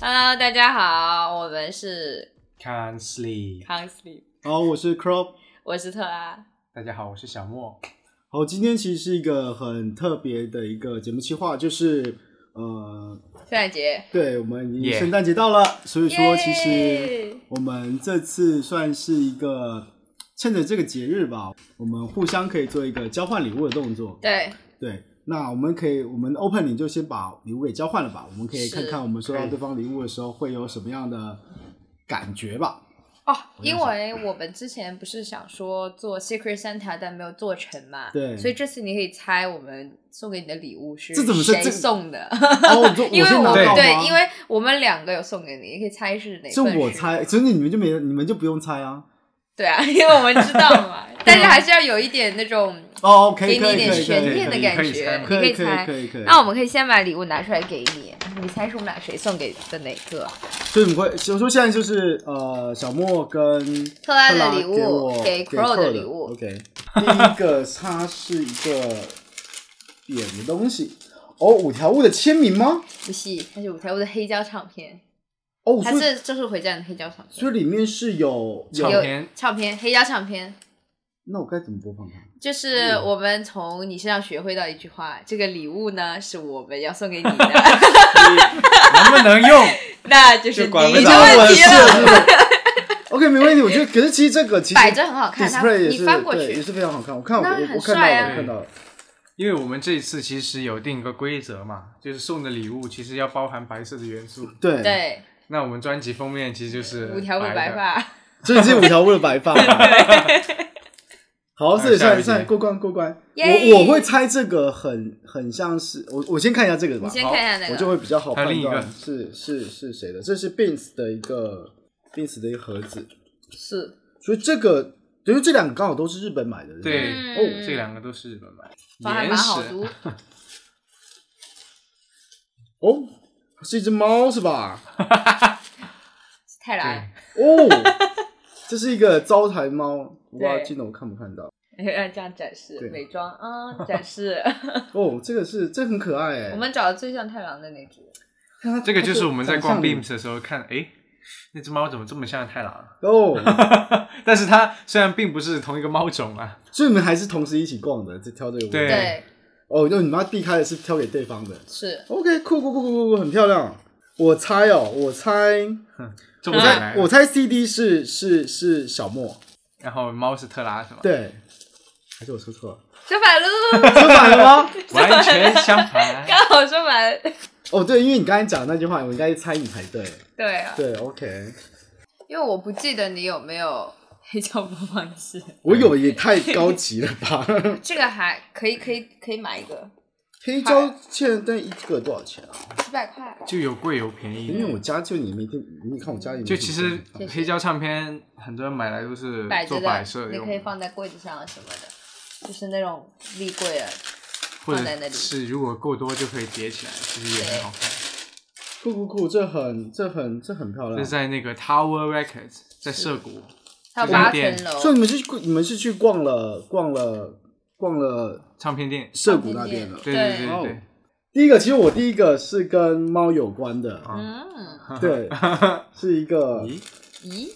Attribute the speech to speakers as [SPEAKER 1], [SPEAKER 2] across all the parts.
[SPEAKER 1] Hello，大家好，我们是
[SPEAKER 2] Can't sleep。
[SPEAKER 1] Can't Sleep，
[SPEAKER 3] 好，我是 Crop。
[SPEAKER 1] 我是特拉。
[SPEAKER 2] 大家好，我是小莫。
[SPEAKER 3] 好，今天其实是一个很特别的一个节目计划，就是呃，
[SPEAKER 1] 圣诞节，
[SPEAKER 3] 对我们已经
[SPEAKER 2] Yeah
[SPEAKER 3] 圣诞节到了所以说其实
[SPEAKER 1] Yay
[SPEAKER 3] 我们这次算是一个趁着这个节日吧，我们互相可以做一个交换礼物的动作。
[SPEAKER 1] 对，
[SPEAKER 3] 对，那我们可以，我们 opening 就先把礼物给交换了吧，我们可以
[SPEAKER 1] 是
[SPEAKER 3] 看看我们收
[SPEAKER 2] 可
[SPEAKER 3] 到
[SPEAKER 2] 以
[SPEAKER 3] 对方礼物的时候会有什么样的感觉 吧。
[SPEAKER 1] 哦，因为我们之前不是想说做 Secret Santa，但没有做成嘛，
[SPEAKER 3] 对
[SPEAKER 1] 所以这次你可以猜我们送给你的礼物是
[SPEAKER 3] 这怎么是
[SPEAKER 1] 谁
[SPEAKER 3] 这
[SPEAKER 1] 送的？
[SPEAKER 3] 哦，我就
[SPEAKER 1] 因为
[SPEAKER 3] 先拿
[SPEAKER 1] 我
[SPEAKER 3] 到吗？
[SPEAKER 1] 对，因为我们两个有送给你，你可以猜是哪份。
[SPEAKER 3] 是我，猜，所以你们就没，你们就不用猜啊。
[SPEAKER 1] 对啊， 因为我们知道 嘛，但是还是要有一点那种
[SPEAKER 3] 哦
[SPEAKER 1] 给你
[SPEAKER 3] ，OK，可
[SPEAKER 1] 一
[SPEAKER 3] 以，
[SPEAKER 1] 点
[SPEAKER 3] 可以，
[SPEAKER 1] 悬
[SPEAKER 3] 可以，
[SPEAKER 1] 念的
[SPEAKER 2] 可以
[SPEAKER 1] 感
[SPEAKER 2] 可以
[SPEAKER 1] 觉，你
[SPEAKER 2] 猜嘛
[SPEAKER 3] 可以，可以，
[SPEAKER 1] 猜
[SPEAKER 3] 可。以，可以。
[SPEAKER 1] 那我们可以先把礼物拿出来给你，你猜是我们俩谁送给的哪个？
[SPEAKER 3] 所以我们会，所以说现在就是呃，小莫跟
[SPEAKER 1] 特拉的
[SPEAKER 3] 拉
[SPEAKER 1] 礼物
[SPEAKER 3] 给我
[SPEAKER 1] 给
[SPEAKER 3] 给
[SPEAKER 1] Crow 的
[SPEAKER 3] Crow
[SPEAKER 1] 礼物
[SPEAKER 3] OK，第一个它是一个扁的东西，哦，五条悟的签名吗？
[SPEAKER 1] 不是，它是舞台屋的黑胶唱片，
[SPEAKER 3] 哦，
[SPEAKER 1] 它
[SPEAKER 3] 所以
[SPEAKER 1] 是《咒术回战》的黑胶唱
[SPEAKER 3] 所
[SPEAKER 1] 片，
[SPEAKER 3] 以里面是有
[SPEAKER 2] 唱
[SPEAKER 1] 有
[SPEAKER 2] 片
[SPEAKER 1] 唱片黑胶唱片，
[SPEAKER 3] 那我该怎么播放它？
[SPEAKER 1] 就是
[SPEAKER 3] 嗯
[SPEAKER 1] 我们从你身上学会到一句话：这个礼物呢是我们要送给你 的，
[SPEAKER 2] 能不能用？
[SPEAKER 1] 那就是
[SPEAKER 2] 就
[SPEAKER 1] 你
[SPEAKER 2] 管
[SPEAKER 1] 的
[SPEAKER 2] 不
[SPEAKER 1] 问
[SPEAKER 2] 到我
[SPEAKER 1] 题了。
[SPEAKER 3] OK，没问题。我觉得，可是其实这个其实
[SPEAKER 1] 摆着很好看，它
[SPEAKER 3] display 也
[SPEAKER 1] 你
[SPEAKER 3] 是
[SPEAKER 1] 翻过
[SPEAKER 3] 对也
[SPEAKER 1] 去，
[SPEAKER 3] 是非常好看。我看我
[SPEAKER 1] 那
[SPEAKER 3] 我
[SPEAKER 1] 很
[SPEAKER 3] 我看到
[SPEAKER 1] 帅啊
[SPEAKER 3] 了，我看到了。
[SPEAKER 2] 因为我们这一次其实有定一个规则嘛，就是送的礼物其实要包含白色的元素。
[SPEAKER 3] 对，
[SPEAKER 1] 对，
[SPEAKER 2] 那我们专辑封面其实就是
[SPEAKER 1] 五条
[SPEAKER 2] 的
[SPEAKER 1] 纹白，发，
[SPEAKER 3] 所以是五条悟的白 发嘛。好，所以
[SPEAKER 2] 下一
[SPEAKER 3] 算
[SPEAKER 2] 题
[SPEAKER 3] 算过关过关。
[SPEAKER 1] 耶
[SPEAKER 3] 我我会猜这个很很像是我我先看一下这个吧
[SPEAKER 1] 你，先看一下那
[SPEAKER 3] 我就
[SPEAKER 1] 个，
[SPEAKER 3] 会比较好
[SPEAKER 2] 还有
[SPEAKER 3] 判
[SPEAKER 2] 另一个
[SPEAKER 3] 断是是是谁的。这是 Beans 的一个 Beans 的一个盒子，
[SPEAKER 1] 是，
[SPEAKER 3] 所以这个因为这两个刚好都是日本买的，不
[SPEAKER 2] 对
[SPEAKER 1] 嗯
[SPEAKER 2] 这两个都是日本买。
[SPEAKER 1] 反而
[SPEAKER 2] 岩
[SPEAKER 1] 蛮好
[SPEAKER 2] 石
[SPEAKER 1] 读，
[SPEAKER 3] 哦，是一只猫是吧？
[SPEAKER 1] 太来，
[SPEAKER 3] 哦，这是一个招财猫，我不知道
[SPEAKER 1] 对
[SPEAKER 3] 镜头看不看到。
[SPEAKER 1] 这样展示
[SPEAKER 3] 对
[SPEAKER 1] 美妆 啊，展示。
[SPEAKER 3] 哦，这个是这个很可爱哎，
[SPEAKER 1] 我们找的最像太郎的那只，
[SPEAKER 3] 看它
[SPEAKER 2] 这个就是
[SPEAKER 3] 它
[SPEAKER 2] 我们在逛
[SPEAKER 3] 长相里
[SPEAKER 2] Beams 的时候看，诶，那只猫怎么这么像太郎？啊
[SPEAKER 3] 哦。
[SPEAKER 2] 但是它虽然并不是同一个猫种啊，
[SPEAKER 3] 所以你们还是同时一起逛的，就挑这个位置。
[SPEAKER 2] 对
[SPEAKER 1] 对，
[SPEAKER 3] 哦，那你们要避开的是挑给对方的。
[SPEAKER 1] 是
[SPEAKER 3] OK，酷酷酷酷酷酷，很漂亮。我猜哦，我猜，
[SPEAKER 2] 这么
[SPEAKER 3] 我
[SPEAKER 2] 再
[SPEAKER 3] 猜
[SPEAKER 2] 来，，
[SPEAKER 3] 嗯我猜 CD 是是是小莫，
[SPEAKER 2] 然后猫是特拉是吧？
[SPEAKER 3] 对，还是我说错了？
[SPEAKER 1] 说反了，
[SPEAKER 3] 说反了吗？
[SPEAKER 2] 完全相 反。
[SPEAKER 1] 刚好说反，
[SPEAKER 3] 哦，对，因为你刚才讲的那句话，我应该猜你才对。
[SPEAKER 1] 对啊，
[SPEAKER 3] 对，OK，
[SPEAKER 1] 因为我不记得你有没有黑胶播放器，
[SPEAKER 3] 我有也太高级了 吧？
[SPEAKER 1] 这个还可以，可以，可以买一个，
[SPEAKER 3] 黑胶现在一个多少钱啊？
[SPEAKER 1] 几百块，
[SPEAKER 2] 就有贵有便
[SPEAKER 3] 因为
[SPEAKER 2] 宜。
[SPEAKER 3] 我家就你没听，你看我家里没
[SPEAKER 2] 嗯就
[SPEAKER 3] 什么
[SPEAKER 2] 其实
[SPEAKER 3] 东西
[SPEAKER 2] 黑胶唱片很多人买来都是
[SPEAKER 1] 摆着
[SPEAKER 2] 做
[SPEAKER 1] 的
[SPEAKER 2] 摆设，
[SPEAKER 1] 你
[SPEAKER 2] 用
[SPEAKER 1] 可以
[SPEAKER 2] 的，
[SPEAKER 1] 放在柜子上什么的，就是那种立柜啊，
[SPEAKER 2] 或
[SPEAKER 1] 放在那
[SPEAKER 2] 者
[SPEAKER 1] 里
[SPEAKER 2] 是如果够多就可以叠起来，其实也很好看。
[SPEAKER 3] 酷酷酷，这很这很这很漂
[SPEAKER 2] 这
[SPEAKER 3] 亮
[SPEAKER 2] 是。在那个 Tower Records，在涩谷，
[SPEAKER 1] 还有
[SPEAKER 2] 这
[SPEAKER 1] 八
[SPEAKER 2] 种店
[SPEAKER 1] 层
[SPEAKER 3] 所
[SPEAKER 1] 楼，
[SPEAKER 3] 以你们是去你们是去逛了逛了逛了
[SPEAKER 2] 唱片店。
[SPEAKER 3] 涩谷那边了。
[SPEAKER 2] 对
[SPEAKER 1] 对
[SPEAKER 2] 对对对，
[SPEAKER 3] 第一个，其实我第一个是跟猫有关的，
[SPEAKER 1] 嗯，
[SPEAKER 3] 对，是一个
[SPEAKER 2] 啊咦，
[SPEAKER 1] 咦，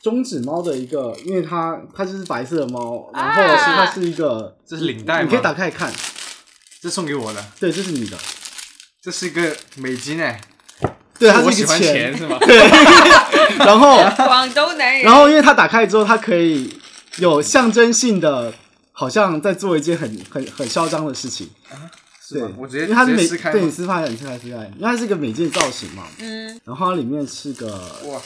[SPEAKER 3] 中指猫的一个，因为它它就是白色的猫，然
[SPEAKER 1] 啊
[SPEAKER 3] 后是它是一个，
[SPEAKER 2] 这是领带吗
[SPEAKER 3] 你可以打开来看，
[SPEAKER 2] 这送给我的，
[SPEAKER 3] 对，这是你的，
[SPEAKER 2] 这是一个美金哎，
[SPEAKER 3] 对，它
[SPEAKER 2] 我
[SPEAKER 3] 是
[SPEAKER 2] 喜
[SPEAKER 3] 一个
[SPEAKER 2] 欢
[SPEAKER 3] 钱，
[SPEAKER 2] 是吗？
[SPEAKER 3] 然后
[SPEAKER 1] 广东男人
[SPEAKER 3] 然，后因为它打开之后，它可以有象征性的，好像在做一件很很很嚣张的事情，
[SPEAKER 2] 啊是
[SPEAKER 3] 对
[SPEAKER 2] 吗？我直接
[SPEAKER 3] 因为它是
[SPEAKER 2] 直
[SPEAKER 3] 美
[SPEAKER 2] 接撕开吗
[SPEAKER 3] 对你撕开，你撕开撕开，因为它是一个美件造型嘛，
[SPEAKER 1] 嗯，
[SPEAKER 3] 然后它里面是个
[SPEAKER 2] 哇，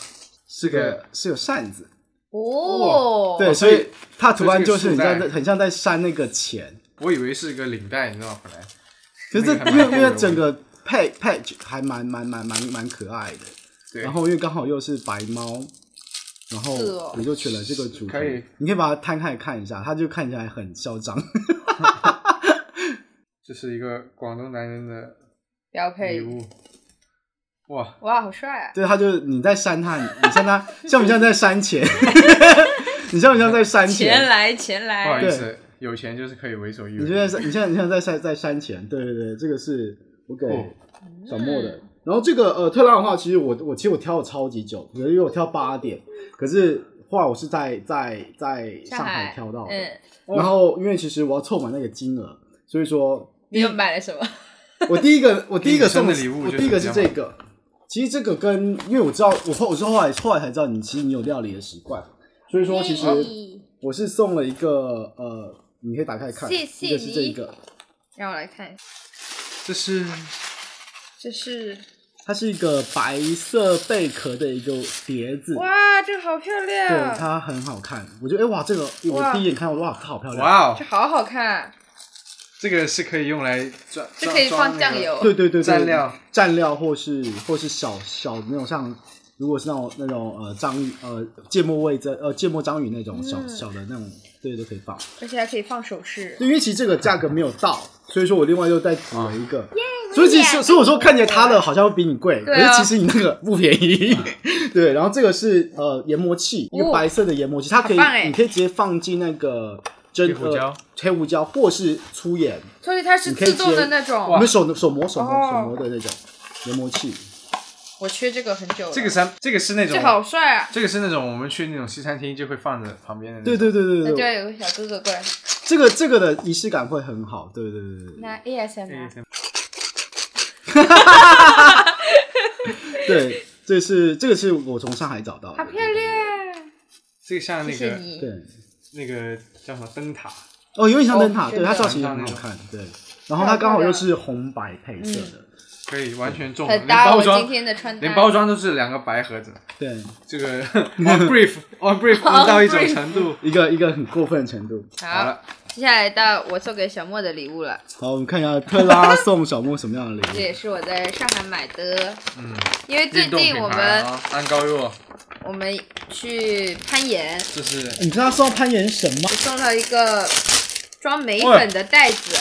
[SPEAKER 3] 是个是有扇子，
[SPEAKER 1] 哦，
[SPEAKER 3] 对，
[SPEAKER 2] 所
[SPEAKER 3] 所
[SPEAKER 2] 以
[SPEAKER 3] 以它的图案就是很
[SPEAKER 2] 所以
[SPEAKER 3] 像
[SPEAKER 2] 这个
[SPEAKER 3] 在
[SPEAKER 2] 是
[SPEAKER 3] 很像在扇那个钱，
[SPEAKER 2] 我以为是一个领带，你知道吗？本来
[SPEAKER 3] 可是这
[SPEAKER 2] 那个还
[SPEAKER 3] 因为
[SPEAKER 2] 蛮
[SPEAKER 3] 因为
[SPEAKER 2] 酷的
[SPEAKER 3] 整个 patch patch 还蛮蛮蛮蛮蛮可爱的，
[SPEAKER 2] 对，
[SPEAKER 3] 然后因为刚好又是白猫，然后
[SPEAKER 1] 是哦
[SPEAKER 3] 我就选了这个主题，
[SPEAKER 2] 可以
[SPEAKER 3] 你可以把它摊开来看一下，它就看起来很嚣张，
[SPEAKER 2] 这是一个广东男人的
[SPEAKER 1] 标
[SPEAKER 2] 礼
[SPEAKER 1] 配，
[SPEAKER 2] 物，哇，
[SPEAKER 1] 哇，好帅啊，
[SPEAKER 3] 对，它就你在扇它，你你扇它像不像在扇钱？ 你像不像在扇
[SPEAKER 1] 钱
[SPEAKER 3] 钱？
[SPEAKER 1] 来，钱
[SPEAKER 2] 不好
[SPEAKER 1] 来，
[SPEAKER 2] 意思，有钱就是可以为所欲
[SPEAKER 3] 你
[SPEAKER 2] 为
[SPEAKER 3] 就。在扇你像你像在扇在扇钱？对对对，这个是我给
[SPEAKER 2] 哦
[SPEAKER 3] 小莫的，然后这个呃特拉的话，其实我我其实我挑了超级久，因为我挑八点，可是后来我是在在在上海挑到的，
[SPEAKER 1] 嗯，
[SPEAKER 3] 然后因为其实我要凑满那个金额，所以说
[SPEAKER 1] 你又买了什么？
[SPEAKER 3] 我第一个我第一个送
[SPEAKER 2] 给你生日礼物
[SPEAKER 3] 我
[SPEAKER 2] 就
[SPEAKER 3] 第一个是
[SPEAKER 2] 是这
[SPEAKER 3] 这
[SPEAKER 2] 样
[SPEAKER 3] 个。其实这个跟因为我知道我后我是后来后来才知道你其实你有料理的习惯，所以说其实
[SPEAKER 1] 咦
[SPEAKER 3] 我是送了一个呃，你可以打开看，
[SPEAKER 1] 谢谢
[SPEAKER 3] 一个是这
[SPEAKER 1] 你
[SPEAKER 3] 个，
[SPEAKER 1] 让我来看，
[SPEAKER 2] 这是
[SPEAKER 1] 这是
[SPEAKER 3] 它是一个白色贝壳的一个碟子，
[SPEAKER 1] 哇，这个好漂
[SPEAKER 3] 对，
[SPEAKER 1] 亮，
[SPEAKER 3] 它很好看。我觉得，哎、哇，这个我
[SPEAKER 1] 哇
[SPEAKER 3] 第一眼看，我说哇，它好漂亮。
[SPEAKER 2] 哇
[SPEAKER 1] 这
[SPEAKER 2] 哦，
[SPEAKER 1] 好好看，
[SPEAKER 2] 这个是可以用来装，
[SPEAKER 1] 这可以
[SPEAKER 2] 装
[SPEAKER 1] 放酱。油。
[SPEAKER 3] 对对对，对
[SPEAKER 2] 蘸料、
[SPEAKER 3] 蘸料或是或是小小那种像，如果是那种那种呃章鱼呃芥末味增呃芥末章鱼那种小、
[SPEAKER 1] 嗯
[SPEAKER 3] 小的那种，对都可以放。
[SPEAKER 1] 而且还可以放首饰。
[SPEAKER 3] 对，因为其实这个价格没有到，所以说我另外又再补了一个。
[SPEAKER 1] 嗯
[SPEAKER 3] 所以其实，所以我说看起来它的好像会比你贵，可
[SPEAKER 1] 对
[SPEAKER 3] 是
[SPEAKER 1] 啊
[SPEAKER 3] 其实你那个不便 宜。对，然后这个是呃研磨器，一个
[SPEAKER 1] 哦
[SPEAKER 3] 白色的研磨器，它可以
[SPEAKER 1] 好棒欸
[SPEAKER 3] 你可以直接放进那个蒸
[SPEAKER 2] 黑胡椒
[SPEAKER 3] 呃黑胡椒或是粗盐，
[SPEAKER 1] 所以它是
[SPEAKER 3] 你可以
[SPEAKER 1] 自动的
[SPEAKER 3] 接
[SPEAKER 1] 那种
[SPEAKER 3] 我。们手手磨手磨
[SPEAKER 1] 哦
[SPEAKER 3] 手磨的那种研磨器。
[SPEAKER 1] 我缺这个很久了。
[SPEAKER 2] 这个三，这个是那种
[SPEAKER 1] 这好帅啊！
[SPEAKER 2] 这个是那种我们去那种西餐厅就会放着旁边的那种。
[SPEAKER 3] 对对对
[SPEAKER 1] 那
[SPEAKER 3] 对
[SPEAKER 1] 就要
[SPEAKER 3] 对，
[SPEAKER 1] 有个小哥哥过来
[SPEAKER 3] 这个这个的仪式感会很好。对对对对
[SPEAKER 1] 拿 ASMR。
[SPEAKER 2] ASMR。
[SPEAKER 3] 对对，这是这个是我从上海找到
[SPEAKER 1] 好
[SPEAKER 3] 的。
[SPEAKER 1] 漂亮！
[SPEAKER 2] 这个像
[SPEAKER 1] 谢
[SPEAKER 2] 那
[SPEAKER 1] 谢
[SPEAKER 2] 个
[SPEAKER 1] 你。
[SPEAKER 3] 对。
[SPEAKER 2] 那个叫什么灯塔，
[SPEAKER 3] 哦，有点像灯塔，
[SPEAKER 1] 哦
[SPEAKER 3] 对
[SPEAKER 1] 真的
[SPEAKER 3] 它造型也很好看，对。然后它刚好又是红白配色的，
[SPEAKER 1] 嗯
[SPEAKER 2] 可以完全中，
[SPEAKER 1] 很
[SPEAKER 2] 连
[SPEAKER 1] 搭
[SPEAKER 2] 包
[SPEAKER 1] 我今
[SPEAKER 2] 装
[SPEAKER 1] 天的嗯穿搭。
[SPEAKER 2] 连包装都是两个白盒子。
[SPEAKER 3] 对，
[SPEAKER 2] 这 个 on brief on brief 到一种程度。
[SPEAKER 3] 一个一个很过分的程度。
[SPEAKER 2] 好
[SPEAKER 1] 好，
[SPEAKER 2] 了，
[SPEAKER 1] 接下来到我送给小莫的礼物了，
[SPEAKER 3] 好，我们看一下特拉送小莫什么样的
[SPEAKER 1] 这
[SPEAKER 3] 礼
[SPEAKER 1] 也是我在上海买的，
[SPEAKER 2] 嗯，
[SPEAKER 1] 因为最
[SPEAKER 2] 运动品
[SPEAKER 1] 近
[SPEAKER 2] 牌
[SPEAKER 1] 我们
[SPEAKER 2] 啊，安高若，
[SPEAKER 1] 我们去攀岩，
[SPEAKER 2] 这是
[SPEAKER 3] 物？你知道他送攀岩绳吗
[SPEAKER 1] 我？送了一个装眉粉的袋子。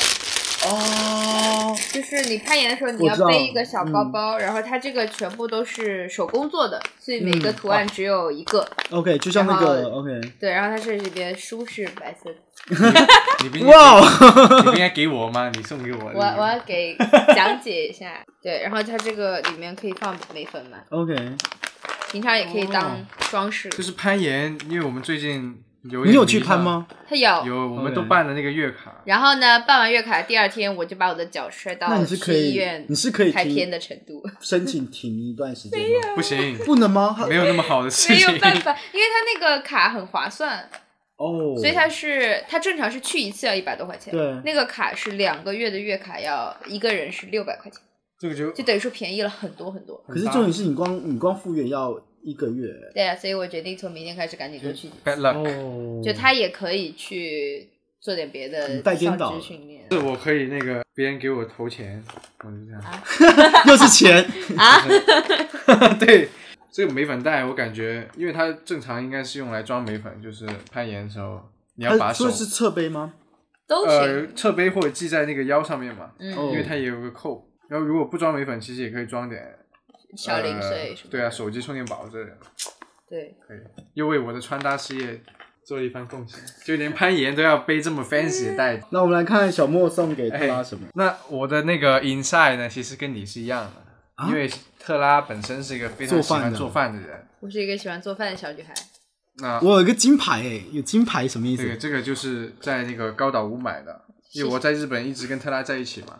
[SPEAKER 3] 哦，
[SPEAKER 1] 就是你攀岩的时候，你
[SPEAKER 3] 我
[SPEAKER 1] 要
[SPEAKER 3] 知道嗯
[SPEAKER 1] 背一个小包包，然后它这个全部都是手工做的，所以每个
[SPEAKER 3] 嗯
[SPEAKER 1] 图案只有一个。
[SPEAKER 3] OK，就像那
[SPEAKER 1] 然
[SPEAKER 3] 个
[SPEAKER 1] 后
[SPEAKER 3] OK，
[SPEAKER 1] 对，然后它是里边舒适白色的。
[SPEAKER 2] 你不应该
[SPEAKER 3] 哇，哦
[SPEAKER 2] 你不应该给我吗？你送给我，
[SPEAKER 3] 哎
[SPEAKER 1] 我我要给讲解一下，对，然后它这个里面可以放眉粉嘛，
[SPEAKER 3] ，OK，
[SPEAKER 1] 平常也可以当
[SPEAKER 2] 哦
[SPEAKER 1] 装饰。
[SPEAKER 2] 就是攀岩，因为我们最近有
[SPEAKER 3] 你有
[SPEAKER 2] 点
[SPEAKER 3] 去
[SPEAKER 2] 迷
[SPEAKER 3] 攀
[SPEAKER 2] 上？
[SPEAKER 3] 吗？
[SPEAKER 1] 它有。
[SPEAKER 2] 有，我们
[SPEAKER 3] OK
[SPEAKER 2] 都办了那个月卡。
[SPEAKER 1] 然后呢，办完月卡第二天，我就把我的脚摔
[SPEAKER 3] 那
[SPEAKER 1] 到
[SPEAKER 3] 你是可
[SPEAKER 1] 去医
[SPEAKER 3] 以
[SPEAKER 1] 院，
[SPEAKER 3] 你是可以
[SPEAKER 1] 开篇
[SPEAKER 3] 停
[SPEAKER 1] 的程 度，
[SPEAKER 3] 申请停一段时间吗？
[SPEAKER 2] 不行，
[SPEAKER 3] 不能吗？他
[SPEAKER 2] 没有那么好的事
[SPEAKER 1] 没
[SPEAKER 2] 情。
[SPEAKER 1] 有办法，因为它那个卡很划算，
[SPEAKER 3] 哦，
[SPEAKER 1] 所以它是它正常是去一次要一百多块钱，
[SPEAKER 3] 对
[SPEAKER 1] 那个卡是两个月的月卡要一个人是六百块钱，
[SPEAKER 2] 这个就
[SPEAKER 1] 就等于说便宜了很多很多。
[SPEAKER 3] 可是重点是你光你光复原要一个月
[SPEAKER 1] 对啊，所以我决定从明天开始赶紧多
[SPEAKER 3] 嗯
[SPEAKER 1] 去，
[SPEAKER 2] bad luck。
[SPEAKER 3] 哦
[SPEAKER 1] 就他也可以去做点别的
[SPEAKER 3] 你嗯带颠倒
[SPEAKER 1] 上
[SPEAKER 3] 了
[SPEAKER 1] 肢训练
[SPEAKER 2] 是我可以那个别人给我投钱，我就这样。
[SPEAKER 3] 又是钱，
[SPEAKER 1] 啊。
[SPEAKER 2] 对，这个眉粉袋我感觉，因为它正常应该是用来装眉粉，就是攀岩的时候你要把
[SPEAKER 3] 他
[SPEAKER 2] 手
[SPEAKER 3] 说是侧背吗？
[SPEAKER 1] 都
[SPEAKER 2] 呃
[SPEAKER 1] 行，
[SPEAKER 2] 侧背或者系在那个腰上面嘛，
[SPEAKER 1] 嗯，
[SPEAKER 3] 哦
[SPEAKER 2] 因为它也有个扣。然后如果不装眉粉，其实也可以装点
[SPEAKER 1] 小零碎
[SPEAKER 2] 呃
[SPEAKER 1] 什么的、
[SPEAKER 2] 对啊，手机充电宝这类的
[SPEAKER 1] 对，
[SPEAKER 2] 可以，又为我的穿搭事业做了一番贡献，就连攀岩都要背这么
[SPEAKER 1] 嗯
[SPEAKER 2] fancy 的袋子。
[SPEAKER 3] 那我们来看小莫送给特拉什么？
[SPEAKER 2] 那我的那个 inside 呢，其实跟你是一样的，
[SPEAKER 3] 啊
[SPEAKER 2] 因为特拉本身是一个非常
[SPEAKER 3] 做
[SPEAKER 2] 喜
[SPEAKER 3] 饭
[SPEAKER 2] 欢
[SPEAKER 3] 的
[SPEAKER 2] 做饭的人。
[SPEAKER 1] 我是一个喜欢做饭的小女孩。
[SPEAKER 2] 那
[SPEAKER 3] 我有一个金牌诶，有金牌什么意
[SPEAKER 2] 这个
[SPEAKER 3] 思？
[SPEAKER 2] 这个就是在那个高岛屋买的，因为我在日本一直跟特拉在一起嘛，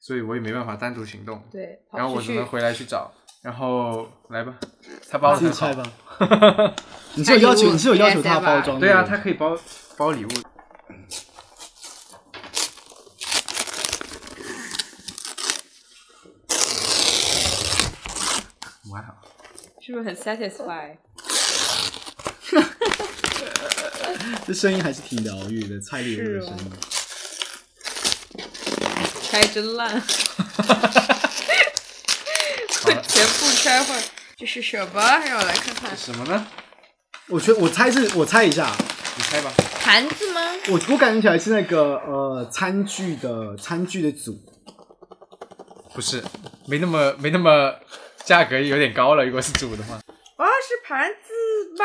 [SPEAKER 2] 所以我也没办法单独行动，
[SPEAKER 1] 对，跑
[SPEAKER 2] 然后我
[SPEAKER 1] 出
[SPEAKER 2] 只
[SPEAKER 1] 去
[SPEAKER 2] 能回来去找。然后来吧，他包的
[SPEAKER 3] 自
[SPEAKER 2] 很
[SPEAKER 3] 己猜
[SPEAKER 2] 好，
[SPEAKER 3] 吧。 你是有要
[SPEAKER 1] 看礼
[SPEAKER 3] 求，
[SPEAKER 1] 物
[SPEAKER 3] 你是有要求他
[SPEAKER 1] ASMR
[SPEAKER 3] 包装的？
[SPEAKER 2] 对啊，他可以包包礼物。哇哦，
[SPEAKER 1] 是不是很 satisfy？
[SPEAKER 3] 这声音还是挺疗愈的，猜礼物的声
[SPEAKER 2] 哦
[SPEAKER 3] 音。
[SPEAKER 1] 拆真烂，
[SPEAKER 3] 哦
[SPEAKER 1] 我全部拆坏。这是什么？让我来看看
[SPEAKER 2] 这，什么呢？
[SPEAKER 3] 我觉得我猜是，我猜一下，
[SPEAKER 2] 你猜吧。
[SPEAKER 1] 盘子吗？
[SPEAKER 3] 我我感觉起来是那个呃餐具的餐具的组，
[SPEAKER 2] 不是，没那么没那么，价格有点高了。如果是煮的话，
[SPEAKER 1] 啊，是盘子吗？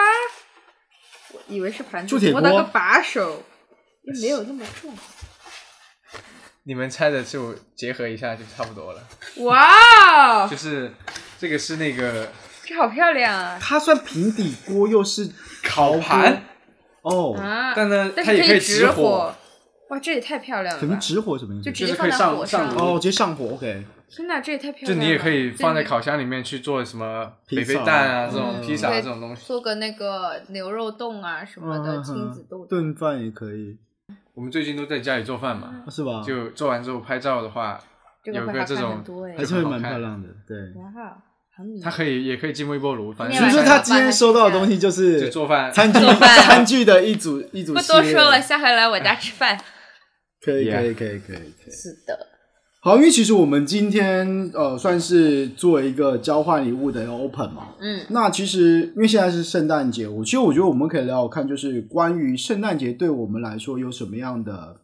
[SPEAKER 1] 我以为是盘子，
[SPEAKER 3] 铸铁
[SPEAKER 1] 摸到
[SPEAKER 3] 锅
[SPEAKER 1] 个把手，又没有那么重。
[SPEAKER 2] 你们猜的就结合一下就差不多了。
[SPEAKER 1] 哇哦
[SPEAKER 2] 就，是这个是那个
[SPEAKER 1] 这好漂亮啊！
[SPEAKER 3] 它算平底锅又是
[SPEAKER 2] 烤盘，
[SPEAKER 3] 哦，
[SPEAKER 1] 啊，
[SPEAKER 2] 但呢
[SPEAKER 1] 但
[SPEAKER 2] 它
[SPEAKER 1] 是
[SPEAKER 2] 也可以
[SPEAKER 1] 直
[SPEAKER 2] 直
[SPEAKER 1] 火
[SPEAKER 2] 火，。
[SPEAKER 1] 哇，这也太漂亮
[SPEAKER 3] 什
[SPEAKER 1] 了
[SPEAKER 3] 么
[SPEAKER 1] 吧！
[SPEAKER 3] 直火什么意思
[SPEAKER 1] 就？直
[SPEAKER 2] 就
[SPEAKER 1] 接
[SPEAKER 2] 是
[SPEAKER 1] 放
[SPEAKER 2] 可
[SPEAKER 1] 到
[SPEAKER 2] 以上
[SPEAKER 1] 火
[SPEAKER 2] 上
[SPEAKER 1] 上，
[SPEAKER 2] 炉
[SPEAKER 3] 哦，直接上火，OK，
[SPEAKER 1] 天哪，这也太漂
[SPEAKER 2] 就
[SPEAKER 1] 亮了！
[SPEAKER 2] 你也可以放在
[SPEAKER 1] 就
[SPEAKER 2] 烤箱里面去做什么
[SPEAKER 3] 披萨
[SPEAKER 2] 北非蛋啊这种
[SPEAKER 1] 嗯
[SPEAKER 2] 披萨
[SPEAKER 1] 对
[SPEAKER 2] 这种东西。
[SPEAKER 1] 做个那个牛肉冻啊什么的，
[SPEAKER 3] 嗯
[SPEAKER 1] 亲子冻。
[SPEAKER 3] 炖饭也可以，
[SPEAKER 2] 我们最近都在家里做饭嘛，
[SPEAKER 3] 是
[SPEAKER 1] 嗯
[SPEAKER 3] 吧？
[SPEAKER 2] 就做完之后拍照的话，
[SPEAKER 1] 这个
[SPEAKER 2] 有
[SPEAKER 1] 会
[SPEAKER 2] 个
[SPEAKER 1] 好
[SPEAKER 2] 这
[SPEAKER 1] 看很
[SPEAKER 2] 种
[SPEAKER 1] 多哎
[SPEAKER 3] 还，是会蛮漂亮的，对。
[SPEAKER 1] 哇哦，好迷
[SPEAKER 2] 它可以也可以进微波炉，反正
[SPEAKER 1] 今
[SPEAKER 3] 所
[SPEAKER 1] 天
[SPEAKER 3] 以说
[SPEAKER 1] 晚
[SPEAKER 3] 他
[SPEAKER 1] 上
[SPEAKER 3] 今天收到的东西就是
[SPEAKER 2] 就做饭
[SPEAKER 3] 餐具
[SPEAKER 1] 做饭啊
[SPEAKER 3] 餐具的一组一组，
[SPEAKER 1] 不多说了，，下回来我家吃 饭。
[SPEAKER 3] 可以
[SPEAKER 2] Yeah
[SPEAKER 3] 可以可以可以可以。
[SPEAKER 1] 是的，
[SPEAKER 3] 好，因为其实我们今天呃算是做一个交换礼物的 open 嘛，
[SPEAKER 1] 嗯，
[SPEAKER 3] 那其实因为现在是圣诞节，我其实我觉得我们可以聊聊看，就是关于圣诞节对我们来说有什么样的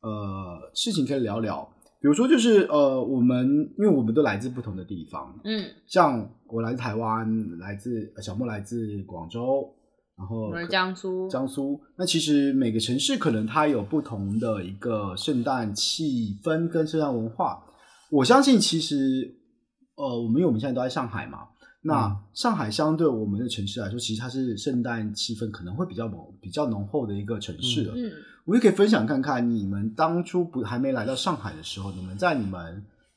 [SPEAKER 3] 呃事情可以聊聊。比如说，就是呃，我们因为我们都来自不同的地方，
[SPEAKER 1] 嗯，
[SPEAKER 3] 像我来自台湾，来自呃小莫来自广州，然
[SPEAKER 2] 哦
[SPEAKER 3] 后
[SPEAKER 1] 我是
[SPEAKER 3] 可
[SPEAKER 1] 江苏，
[SPEAKER 3] 江苏。那其实每个城市可能它有不同的一个圣诞气氛跟圣诞文化。我相信其实，呃，我们因为我们现在都在上海嘛，那
[SPEAKER 2] 嗯
[SPEAKER 3] 上海相对我们的城市来说，其实它是圣诞气氛可能会比较浓、比较浓厚的一个城市了。
[SPEAKER 1] 嗯，
[SPEAKER 3] 我也可以分享看看，你们当初不还没来到上海的时候，你们在你们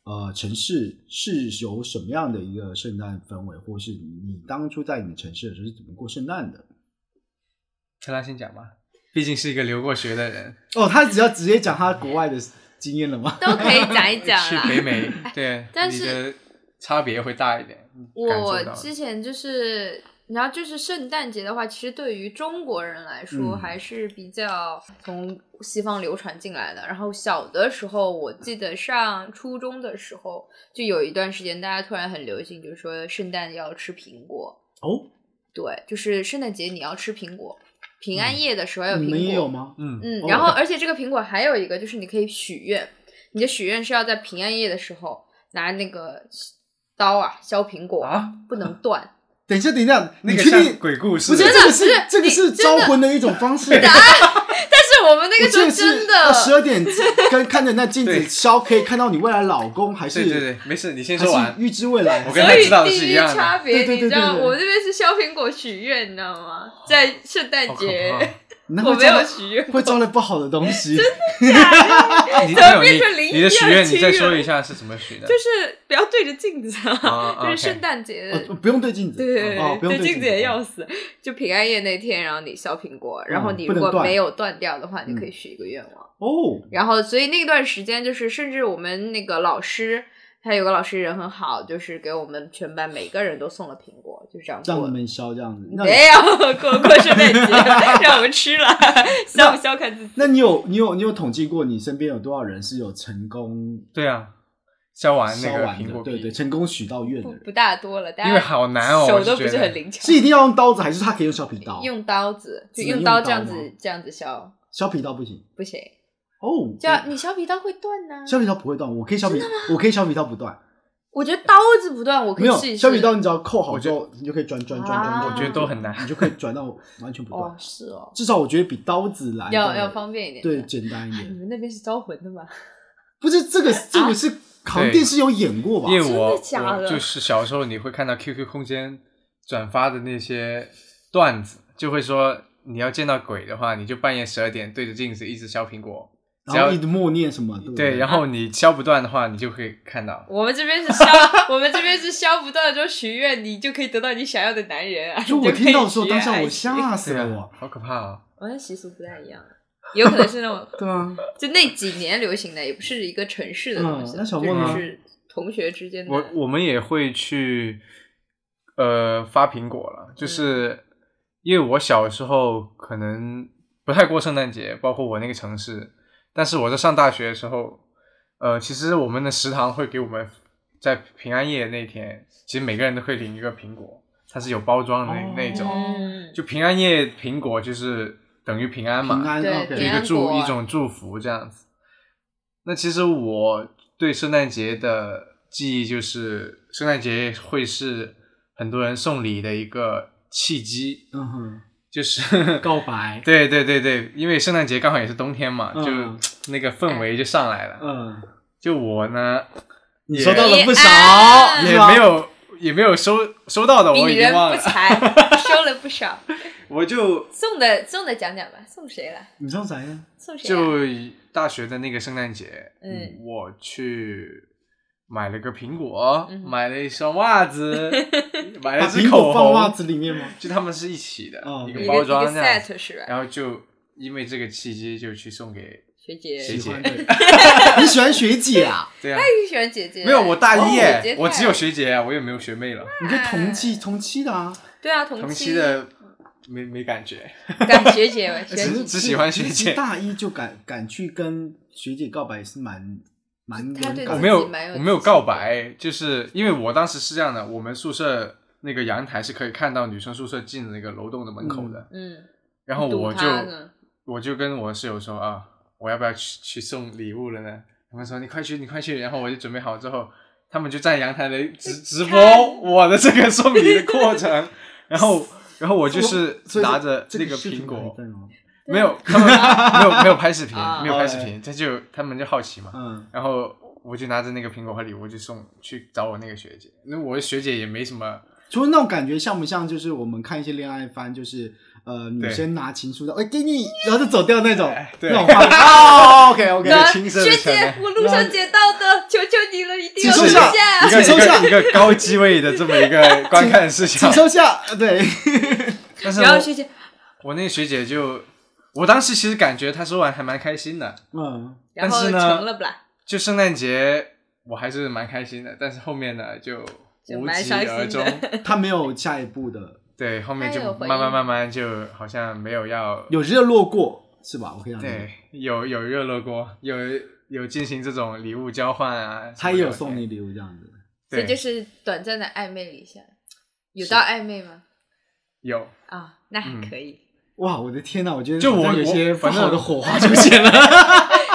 [SPEAKER 3] 呃城市是有什么样的一个圣诞氛围，或是你当初在你的城市的时候是怎么过圣诞的？
[SPEAKER 2] 看他先讲吧，毕竟是一个留过学的人，
[SPEAKER 3] 哦，他只要直接讲他国外的经验了吗？
[SPEAKER 1] 都可以讲一讲啊
[SPEAKER 2] 去
[SPEAKER 1] 啦。
[SPEAKER 2] 北美，对，
[SPEAKER 1] 但
[SPEAKER 2] 你
[SPEAKER 1] 是
[SPEAKER 2] 的差别会大一点。感受
[SPEAKER 1] 我
[SPEAKER 2] 到的
[SPEAKER 1] 之前就是，然后就是圣诞节的话，其实对于中国人来说
[SPEAKER 3] 嗯
[SPEAKER 1] 还是比较从西方流传进来的。然后小的时候，我记得上初中的时候，就有一段时间大家突然很流行，就是说圣诞要吃苹果。
[SPEAKER 3] 哦，
[SPEAKER 1] 对，就是圣诞节你要吃苹果，平安夜的时候要有
[SPEAKER 3] 嗯你们也
[SPEAKER 1] 苹
[SPEAKER 3] 有
[SPEAKER 1] 果。
[SPEAKER 3] 吗？
[SPEAKER 2] 嗯，
[SPEAKER 1] 嗯，
[SPEAKER 3] 哦
[SPEAKER 1] 然后而且这个苹果还有一个就是你可以许愿，你的许愿是要在平安夜的时候拿那个刀啊削苹果
[SPEAKER 2] 啊，
[SPEAKER 1] 不能 断。
[SPEAKER 3] 等一下，等一下，
[SPEAKER 2] 那
[SPEAKER 3] 你
[SPEAKER 2] 个
[SPEAKER 3] 确
[SPEAKER 2] 像
[SPEAKER 3] 定？
[SPEAKER 2] 鬼故
[SPEAKER 3] 不
[SPEAKER 2] 事，
[SPEAKER 3] 是
[SPEAKER 1] 真
[SPEAKER 3] 这
[SPEAKER 1] 的
[SPEAKER 3] 个
[SPEAKER 1] 不
[SPEAKER 3] 是
[SPEAKER 1] 是
[SPEAKER 3] 这个
[SPEAKER 1] 你
[SPEAKER 3] 是
[SPEAKER 1] 真
[SPEAKER 3] 招
[SPEAKER 1] 的
[SPEAKER 3] 魂的一种 方式。
[SPEAKER 1] 但是我们那
[SPEAKER 3] 我
[SPEAKER 1] 个
[SPEAKER 3] 记
[SPEAKER 1] 时候
[SPEAKER 3] 得是
[SPEAKER 1] 真的
[SPEAKER 3] 十二点跟看着那镜子
[SPEAKER 2] 对
[SPEAKER 3] 烧，可以看到你未来老公还是
[SPEAKER 2] 对对对，没事，你先
[SPEAKER 3] 还
[SPEAKER 2] 说完
[SPEAKER 3] 是。预知未来。
[SPEAKER 2] 我
[SPEAKER 1] 所
[SPEAKER 2] 跟他
[SPEAKER 1] 以
[SPEAKER 2] 知道的
[SPEAKER 1] 地
[SPEAKER 2] 是一
[SPEAKER 1] 域
[SPEAKER 2] 样的
[SPEAKER 1] 差别，
[SPEAKER 3] 对对
[SPEAKER 1] 你
[SPEAKER 3] 对
[SPEAKER 1] 知道
[SPEAKER 3] 对
[SPEAKER 1] 吗？
[SPEAKER 3] 对
[SPEAKER 1] 我这边是削苹果许愿，你知道吗？在圣诞
[SPEAKER 2] 好可
[SPEAKER 1] 节，
[SPEAKER 2] 怕！
[SPEAKER 3] 那
[SPEAKER 1] 我
[SPEAKER 3] 会
[SPEAKER 1] 没
[SPEAKER 3] 招
[SPEAKER 1] 有
[SPEAKER 3] 来
[SPEAKER 1] 许愿，
[SPEAKER 3] 会招来不好的东西。
[SPEAKER 2] 你
[SPEAKER 1] 怎么
[SPEAKER 2] 没有
[SPEAKER 1] 变成灵异
[SPEAKER 2] 你你的许愿，
[SPEAKER 1] 地区
[SPEAKER 2] 你再
[SPEAKER 1] 了
[SPEAKER 2] 说一下是怎么许的？
[SPEAKER 1] 就是不要对着镜子啊，
[SPEAKER 2] 啊
[SPEAKER 1] 就是
[SPEAKER 2] OK
[SPEAKER 1] 圣诞节的
[SPEAKER 3] 哦，不用对镜子，
[SPEAKER 1] 对，
[SPEAKER 3] 哦，不用
[SPEAKER 1] 镜
[SPEAKER 3] 镜
[SPEAKER 1] 子也要死。就平安夜那天，然后你削苹果，然后
[SPEAKER 3] 嗯
[SPEAKER 1] 你
[SPEAKER 3] 不
[SPEAKER 1] 如
[SPEAKER 3] 能
[SPEAKER 1] 果
[SPEAKER 3] 断
[SPEAKER 1] 没有断掉的话，你
[SPEAKER 3] 嗯
[SPEAKER 1] 可以许一个愿望。
[SPEAKER 3] 哦。
[SPEAKER 1] 然后，所以那段时间就是，甚至我们那个老师，他有个老师人很好，就是给我们全班每个人都送了苹果，就这样
[SPEAKER 3] 让
[SPEAKER 1] 过
[SPEAKER 3] 你。们削这样子，那
[SPEAKER 1] 没有过过圣诞节， 让我们吃了，消不消看自己。
[SPEAKER 3] 那你有你有你有统计过你身边有多少人是有成功
[SPEAKER 2] 对啊，削完
[SPEAKER 3] 削
[SPEAKER 2] 那个
[SPEAKER 3] 完
[SPEAKER 2] 苹
[SPEAKER 3] 的？
[SPEAKER 2] 果
[SPEAKER 3] 对对，
[SPEAKER 2] 皮，
[SPEAKER 3] 成功许到愿
[SPEAKER 1] 不
[SPEAKER 3] 的人
[SPEAKER 1] 不大多了，大家
[SPEAKER 2] 因为好难哦，
[SPEAKER 1] 手
[SPEAKER 2] 我
[SPEAKER 1] 都不
[SPEAKER 2] 觉得
[SPEAKER 1] 是很灵巧
[SPEAKER 3] 是，一定要用刀子，还是他可以用削皮刀？
[SPEAKER 1] 用刀子就
[SPEAKER 3] 只能
[SPEAKER 1] 用
[SPEAKER 3] 用
[SPEAKER 1] 刀
[SPEAKER 3] 刀
[SPEAKER 1] 这样
[SPEAKER 3] 吗
[SPEAKER 1] 子这样子削
[SPEAKER 3] 削皮刀不行
[SPEAKER 1] 不行，
[SPEAKER 3] 哦，
[SPEAKER 1] 这样你削皮刀会断呢。
[SPEAKER 3] 削皮刀不会断，我可以削皮，我可以削皮刀不断，
[SPEAKER 1] 我觉得刀子不断，我可
[SPEAKER 3] 没
[SPEAKER 1] 以
[SPEAKER 3] 有
[SPEAKER 1] 试一试。
[SPEAKER 3] 削皮刀，你只要扣好之后，你就可以转转转转
[SPEAKER 1] 啊
[SPEAKER 3] 转，
[SPEAKER 2] 我觉得都很难。
[SPEAKER 3] 你就可以转到完全不
[SPEAKER 1] 哦
[SPEAKER 3] 断，。
[SPEAKER 1] 是哦，
[SPEAKER 3] 至少我觉得比刀子来
[SPEAKER 1] 要
[SPEAKER 3] 的
[SPEAKER 1] 要方便一点。
[SPEAKER 3] 对，简单一
[SPEAKER 1] 你
[SPEAKER 3] 点。
[SPEAKER 1] 们那边是招魂的吗？
[SPEAKER 3] 不是这个这个是好像电视有演过吧
[SPEAKER 2] 因？为我
[SPEAKER 1] 真的假的
[SPEAKER 2] 我就是小时候你会看到 QQ 空间转发的那些段子，就会说你要见到鬼的话，你就半夜十二点对着镜子一直削苹果，只
[SPEAKER 3] 然后
[SPEAKER 2] 要
[SPEAKER 3] 一直默念什么？对不
[SPEAKER 2] 对，然后你削不断的话，你就可以看到。
[SPEAKER 1] 我们这边是削，我们这边是削不断，就许愿，你就可以得到你想要的男人啊。
[SPEAKER 3] 就
[SPEAKER 1] 你
[SPEAKER 3] 我
[SPEAKER 1] 可以
[SPEAKER 3] 听到的时候，
[SPEAKER 1] 许愿
[SPEAKER 3] 当下
[SPEAKER 1] 爱
[SPEAKER 3] 我
[SPEAKER 1] 情
[SPEAKER 3] 吓死
[SPEAKER 2] 对
[SPEAKER 3] 了
[SPEAKER 2] 啊
[SPEAKER 3] 我。，
[SPEAKER 2] 好可怕啊！
[SPEAKER 1] 我们习俗不太一样，啊 有可能是那种
[SPEAKER 3] 对啊，
[SPEAKER 1] 就那几年流行的，也不是一个城市的东西
[SPEAKER 3] 嗯，那小
[SPEAKER 1] 就
[SPEAKER 3] 莫
[SPEAKER 2] 呢
[SPEAKER 1] 是同学之间的。
[SPEAKER 2] 我我们也会去，呃，发苹果了，就是因为我小时候可能不太过圣诞节，包括我那个城市，但是我在上大学的时候，呃，其实我们的食堂会给我们在平安夜那天，其实每个人都会领一个苹果，它是有包装的那、
[SPEAKER 3] 哦
[SPEAKER 2] 那种，
[SPEAKER 1] 嗯，
[SPEAKER 2] 就平安夜苹果就是等于平安嘛，
[SPEAKER 3] 平安
[SPEAKER 1] 对
[SPEAKER 3] OK
[SPEAKER 2] 就
[SPEAKER 1] 平
[SPEAKER 2] 一
[SPEAKER 1] 安
[SPEAKER 2] 个祝
[SPEAKER 1] 果
[SPEAKER 2] 一种祝福这样子。那其实我对圣诞节的记忆就是，圣诞节会是很多人送礼的一个契机，
[SPEAKER 3] 嗯哼，
[SPEAKER 2] 就是
[SPEAKER 3] 告白，
[SPEAKER 2] 对对对对，因为圣诞节刚好也是冬天嘛，
[SPEAKER 3] 嗯
[SPEAKER 2] 就那个氛围就上来了。
[SPEAKER 3] 嗯，
[SPEAKER 2] 就我呢，
[SPEAKER 3] 你
[SPEAKER 2] 也
[SPEAKER 3] 收到了不少
[SPEAKER 1] 哎，
[SPEAKER 2] 也没有也没有收收到的，
[SPEAKER 1] 比
[SPEAKER 2] 我已
[SPEAKER 1] 你
[SPEAKER 2] 经
[SPEAKER 1] 人
[SPEAKER 2] 忘
[SPEAKER 1] 不
[SPEAKER 2] 了。
[SPEAKER 1] 才， 收了不少。
[SPEAKER 2] 我就
[SPEAKER 1] 送的送的讲讲吧，送谁了？
[SPEAKER 3] 你送啥呀？
[SPEAKER 1] 送谁啊了？
[SPEAKER 2] 就大学的那个圣诞节，
[SPEAKER 1] 嗯
[SPEAKER 2] 我去买了个苹果，
[SPEAKER 1] 嗯
[SPEAKER 2] 买了一双袜 子，买
[SPEAKER 3] 把
[SPEAKER 2] 了
[SPEAKER 3] 苹
[SPEAKER 2] 支
[SPEAKER 3] 果
[SPEAKER 2] 口
[SPEAKER 3] 放袜
[SPEAKER 2] 哎红，
[SPEAKER 3] 子里面吗？
[SPEAKER 2] 就他们是一起的
[SPEAKER 3] 哦
[SPEAKER 2] 一
[SPEAKER 1] 一
[SPEAKER 2] 个
[SPEAKER 1] 个
[SPEAKER 2] 包
[SPEAKER 1] 一个
[SPEAKER 2] 装这样，
[SPEAKER 1] set 是吧？
[SPEAKER 2] 然后就因为这个契机就去送给
[SPEAKER 1] 学姐，
[SPEAKER 2] 学
[SPEAKER 3] 喜
[SPEAKER 2] 姐
[SPEAKER 3] 欢的， 你喜欢学姐啊？
[SPEAKER 2] 对啊，
[SPEAKER 1] 最喜欢姐姐。
[SPEAKER 2] 没有我大
[SPEAKER 1] 哎哦
[SPEAKER 2] 一
[SPEAKER 1] 姐姐
[SPEAKER 2] 耶
[SPEAKER 1] 太，
[SPEAKER 2] 我只有学姐啊，我也没有学妹了，
[SPEAKER 3] 你跟同期同期的啊？
[SPEAKER 1] 对啊，同
[SPEAKER 2] 同
[SPEAKER 1] 期
[SPEAKER 2] 期的没没感觉，
[SPEAKER 1] 感学姐吧，学
[SPEAKER 2] 只
[SPEAKER 1] 姐
[SPEAKER 2] 只喜欢学
[SPEAKER 3] 你
[SPEAKER 2] 姐。
[SPEAKER 3] 大一就敢敢去跟学姐告白是蛮蛮勇
[SPEAKER 1] 他对自
[SPEAKER 3] 敢的
[SPEAKER 2] 我
[SPEAKER 1] 己
[SPEAKER 2] 没有，
[SPEAKER 1] 蛮有
[SPEAKER 2] 我没有
[SPEAKER 1] 自信
[SPEAKER 2] 告
[SPEAKER 1] 的
[SPEAKER 2] 白，就是因为我当时是这样的，我们宿舍那个阳台是可以看到女生宿舍进那个楼栋的门口的，
[SPEAKER 1] 嗯，
[SPEAKER 2] 然后
[SPEAKER 1] 你堵
[SPEAKER 2] 我就
[SPEAKER 1] 她呢
[SPEAKER 2] 我就跟我室友说啊，我要不要去去送礼物了呢？他们说你快去，你快去，然后我就准备好之后，他们就在阳台里直直播
[SPEAKER 1] 看
[SPEAKER 2] 我的这 个送礼的过程，然后然后我就是
[SPEAKER 3] 所以
[SPEAKER 2] 拿着
[SPEAKER 3] 这
[SPEAKER 2] 那个
[SPEAKER 3] 视频
[SPEAKER 2] 苹果
[SPEAKER 3] 还在吗
[SPEAKER 2] 没有，他 们没有没有拍视频
[SPEAKER 1] 啊，
[SPEAKER 2] 没有拍视频，他就他们就好奇嘛，
[SPEAKER 3] 嗯，
[SPEAKER 2] 然后我就拿着那个苹果和礼物去送去找我那个学姐，那我的学姐也没什么，
[SPEAKER 3] 就是那种感觉像不像？就是我们看一些恋爱番，就是呃女
[SPEAKER 2] 对
[SPEAKER 3] 生拿情书的，哎给你，然后就走掉那种
[SPEAKER 2] 哎对
[SPEAKER 3] 哎那种 画 面。哦，OK OK，
[SPEAKER 2] 一个
[SPEAKER 1] 啊
[SPEAKER 2] 青涩的
[SPEAKER 1] 学
[SPEAKER 2] 小
[SPEAKER 1] 姐
[SPEAKER 2] 男，
[SPEAKER 1] 我路上捡到的，求求你了，一定
[SPEAKER 3] 请
[SPEAKER 1] 要
[SPEAKER 3] 收
[SPEAKER 1] 留
[SPEAKER 3] 下
[SPEAKER 2] 一个
[SPEAKER 3] 请收下
[SPEAKER 2] 一个一个高机位的这么一个观看事
[SPEAKER 3] 请
[SPEAKER 2] 项。
[SPEAKER 3] 收下。呃对，
[SPEAKER 2] 但是
[SPEAKER 1] 然后
[SPEAKER 2] 我
[SPEAKER 1] 学姐，
[SPEAKER 2] 我那个学姐就，我当时其实感觉她收完还蛮开心的，
[SPEAKER 3] 嗯，
[SPEAKER 1] 然
[SPEAKER 2] 但
[SPEAKER 1] 后
[SPEAKER 2] 是呢
[SPEAKER 1] 成了不啦？
[SPEAKER 2] 就圣诞节我还是蛮开心的，但是后面呢就
[SPEAKER 1] 就
[SPEAKER 2] 无
[SPEAKER 1] 蛮
[SPEAKER 2] 疾
[SPEAKER 1] 伤心
[SPEAKER 2] 而
[SPEAKER 1] 的
[SPEAKER 2] 终。
[SPEAKER 3] 他没有下一步的，
[SPEAKER 2] 对，后面
[SPEAKER 1] 她
[SPEAKER 2] 就
[SPEAKER 1] 有回
[SPEAKER 2] 慢慢
[SPEAKER 1] 应
[SPEAKER 2] 慢慢就好像没有要
[SPEAKER 3] 有热络过是吧？我可以让你，
[SPEAKER 2] 对有有热络过，有有进行这种礼物交换啊，
[SPEAKER 3] 他也有送
[SPEAKER 2] 你。
[SPEAKER 3] 你礼物这样子。
[SPEAKER 1] 所
[SPEAKER 2] 对，
[SPEAKER 1] 以就是短暂的暧昧了一下，有到暧昧吗？
[SPEAKER 2] 有，
[SPEAKER 1] 啊，那还
[SPEAKER 2] 嗯
[SPEAKER 1] 可以。
[SPEAKER 3] 哇，我的天呐，我觉得
[SPEAKER 2] 就
[SPEAKER 3] 好像
[SPEAKER 2] 我
[SPEAKER 3] 有一些
[SPEAKER 2] 我
[SPEAKER 3] 不
[SPEAKER 2] 反
[SPEAKER 3] 好
[SPEAKER 2] 正
[SPEAKER 3] 的火花出现了。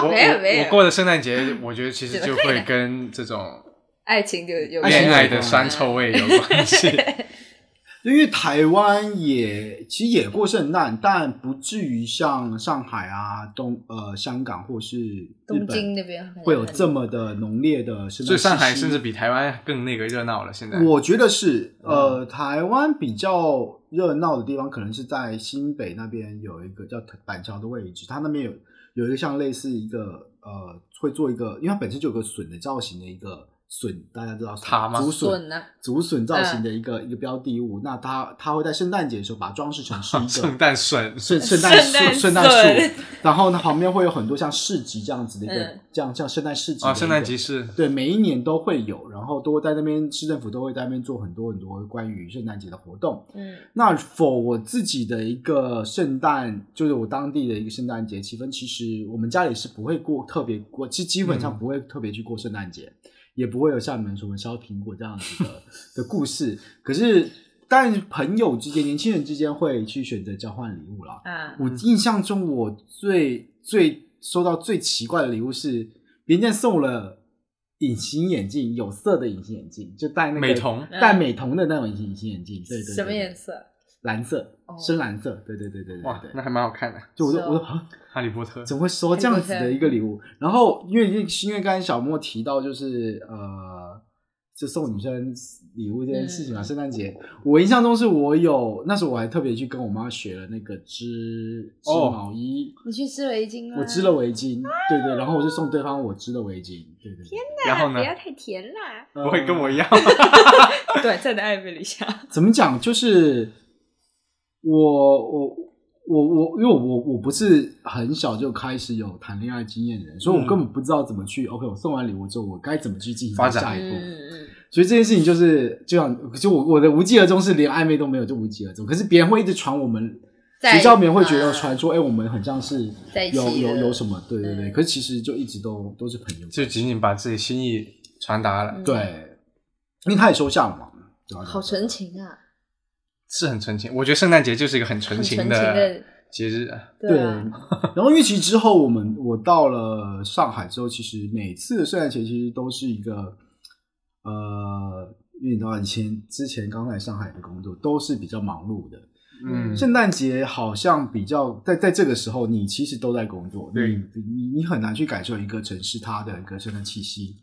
[SPEAKER 2] 我
[SPEAKER 1] 没有
[SPEAKER 2] 我
[SPEAKER 1] 没有
[SPEAKER 2] 我过的圣诞节，我觉得其实
[SPEAKER 1] 怎么
[SPEAKER 2] 就
[SPEAKER 1] 会
[SPEAKER 2] 会
[SPEAKER 1] 呢
[SPEAKER 2] 跟这 种
[SPEAKER 1] 爱情就有
[SPEAKER 3] 爱情
[SPEAKER 2] 恋爱
[SPEAKER 3] 有
[SPEAKER 2] 的
[SPEAKER 3] 关
[SPEAKER 2] 酸臭味有关 系。
[SPEAKER 3] 因为台湾也其实也过圣诞，但不至于像上海啊、东呃香港或是日
[SPEAKER 1] 东京
[SPEAKER 3] 本
[SPEAKER 1] 那边
[SPEAKER 3] 会有这
[SPEAKER 1] 么
[SPEAKER 3] 么的浓烈的圣诞气息。
[SPEAKER 2] 所以上海甚至比台湾更那个热闹了。现在
[SPEAKER 3] 我觉得是
[SPEAKER 2] 嗯
[SPEAKER 3] 呃，台湾比较热闹的地方，可能是在新北那边有一个叫板桥的位置，它那边有有一个像类似一个呃，会做一个，因为它本身就有个笋的造型的一个笋，大家知道
[SPEAKER 2] 塔吗
[SPEAKER 3] 竹笋
[SPEAKER 1] 笋呢？
[SPEAKER 3] 竹笋造型的一个、一个标的物，那它它会在圣诞节的时候把它装饰成是一 个
[SPEAKER 2] 圣诞笋
[SPEAKER 3] 圣圣诞
[SPEAKER 1] 圣诞
[SPEAKER 3] 树，圣诞树
[SPEAKER 1] 笋，
[SPEAKER 3] 然后呢旁边会有很多像市集这样子的一个，
[SPEAKER 1] 嗯
[SPEAKER 3] 这样像圣诞市集
[SPEAKER 2] 啊，
[SPEAKER 3] 的一
[SPEAKER 2] 圣
[SPEAKER 3] 个
[SPEAKER 2] 诞集市
[SPEAKER 3] 对，每一年都会有，然后都会在那边市政府都会在那边做很多很多关于圣诞节的活动。
[SPEAKER 1] 嗯，
[SPEAKER 3] 那否我自己的一个圣诞，就是我当地的一个圣诞节气氛，其实我们家里是不会过特别过，基基本上
[SPEAKER 2] 嗯
[SPEAKER 3] 不会特别去过圣诞节，也不会有像你们什么削苹果这样子的的故事。可是，但朋友之间、年轻人之间会去选择交换礼物啦。
[SPEAKER 1] 啊，
[SPEAKER 2] 嗯
[SPEAKER 3] 我印象中，我最最收到最奇怪的礼物是别人家送了隐形眼镜，有色的隐形眼镜，就戴那个
[SPEAKER 2] 美瞳
[SPEAKER 3] 戴美瞳的那种隐形隐形眼镜，对对
[SPEAKER 1] 嗯
[SPEAKER 3] 对，
[SPEAKER 1] 什么颜
[SPEAKER 3] 色？
[SPEAKER 1] 色？
[SPEAKER 3] 蓝色
[SPEAKER 1] 哦，
[SPEAKER 3] 深蓝色，对对对对对
[SPEAKER 2] 哇，
[SPEAKER 3] 对
[SPEAKER 2] 那。还蛮好看的《
[SPEAKER 3] 就我就是我就啊
[SPEAKER 2] 哈利波特》
[SPEAKER 3] 怎么会收这样子的一个礼物？然后因为因为因为刚才小莫提到就是呃，就送女生礼物这件事情嘛，
[SPEAKER 1] 嗯
[SPEAKER 3] 圣诞节，我印象中是我有那时候我还特别去跟我妈学了那个织织
[SPEAKER 2] 哦
[SPEAKER 3] 毛衣，
[SPEAKER 1] 你去织围巾吗？啊
[SPEAKER 3] 我织了围巾，
[SPEAKER 1] 嗯
[SPEAKER 3] 对对，然后我就送对方我织的围巾，对对对。
[SPEAKER 2] 然后呢
[SPEAKER 1] 哎不，要太甜 啦。
[SPEAKER 3] 呃
[SPEAKER 2] 不会跟我 一样。
[SPEAKER 1] 短暂的暧昧了一下，
[SPEAKER 3] 嗯怎么讲？就是我我我我，因为我我不是很小就开始有谈恋爱经验的人，所以我
[SPEAKER 2] 嗯
[SPEAKER 3] 根本不知道怎么去。OK，我送完礼物之后，我该怎么去进行
[SPEAKER 2] 发展
[SPEAKER 3] 下一步？
[SPEAKER 1] 嗯嗯
[SPEAKER 3] 所以这件事情就是，就像就我我的无疾而终是连暧昧都没有，就无疾而终。可是别人会一直传我们，
[SPEAKER 1] 在
[SPEAKER 3] 学校别人会觉得
[SPEAKER 1] 啊
[SPEAKER 3] 传说，哎、我们很像是
[SPEAKER 1] 在一起
[SPEAKER 3] 有有
[SPEAKER 1] 的
[SPEAKER 3] 有什么？对对对。
[SPEAKER 1] 嗯
[SPEAKER 3] 可是其实就一直都都是朋友，
[SPEAKER 2] 就仅仅把自己心意传达了，
[SPEAKER 1] 嗯，
[SPEAKER 3] 对，因为他也收下了嘛，对吧
[SPEAKER 1] 好纯情啊，
[SPEAKER 2] 是很纯情。我觉得圣诞节就是一个很纯
[SPEAKER 1] 很纯
[SPEAKER 2] 情
[SPEAKER 1] 情的，
[SPEAKER 2] 节日啊。
[SPEAKER 1] 对
[SPEAKER 3] 对，
[SPEAKER 1] 啊，
[SPEAKER 3] 然后因为其实之后我们我到了上海之后，其实每次的圣诞节其实都是一个，呃，因为你知道以前之前刚来上海的工作都是比较忙碌的，
[SPEAKER 2] 嗯，
[SPEAKER 3] 圣诞节好像比较在在这个时候，你其实都在工作，
[SPEAKER 2] 对
[SPEAKER 3] 你你你很难去感受一个城市它的一个圣诞气息，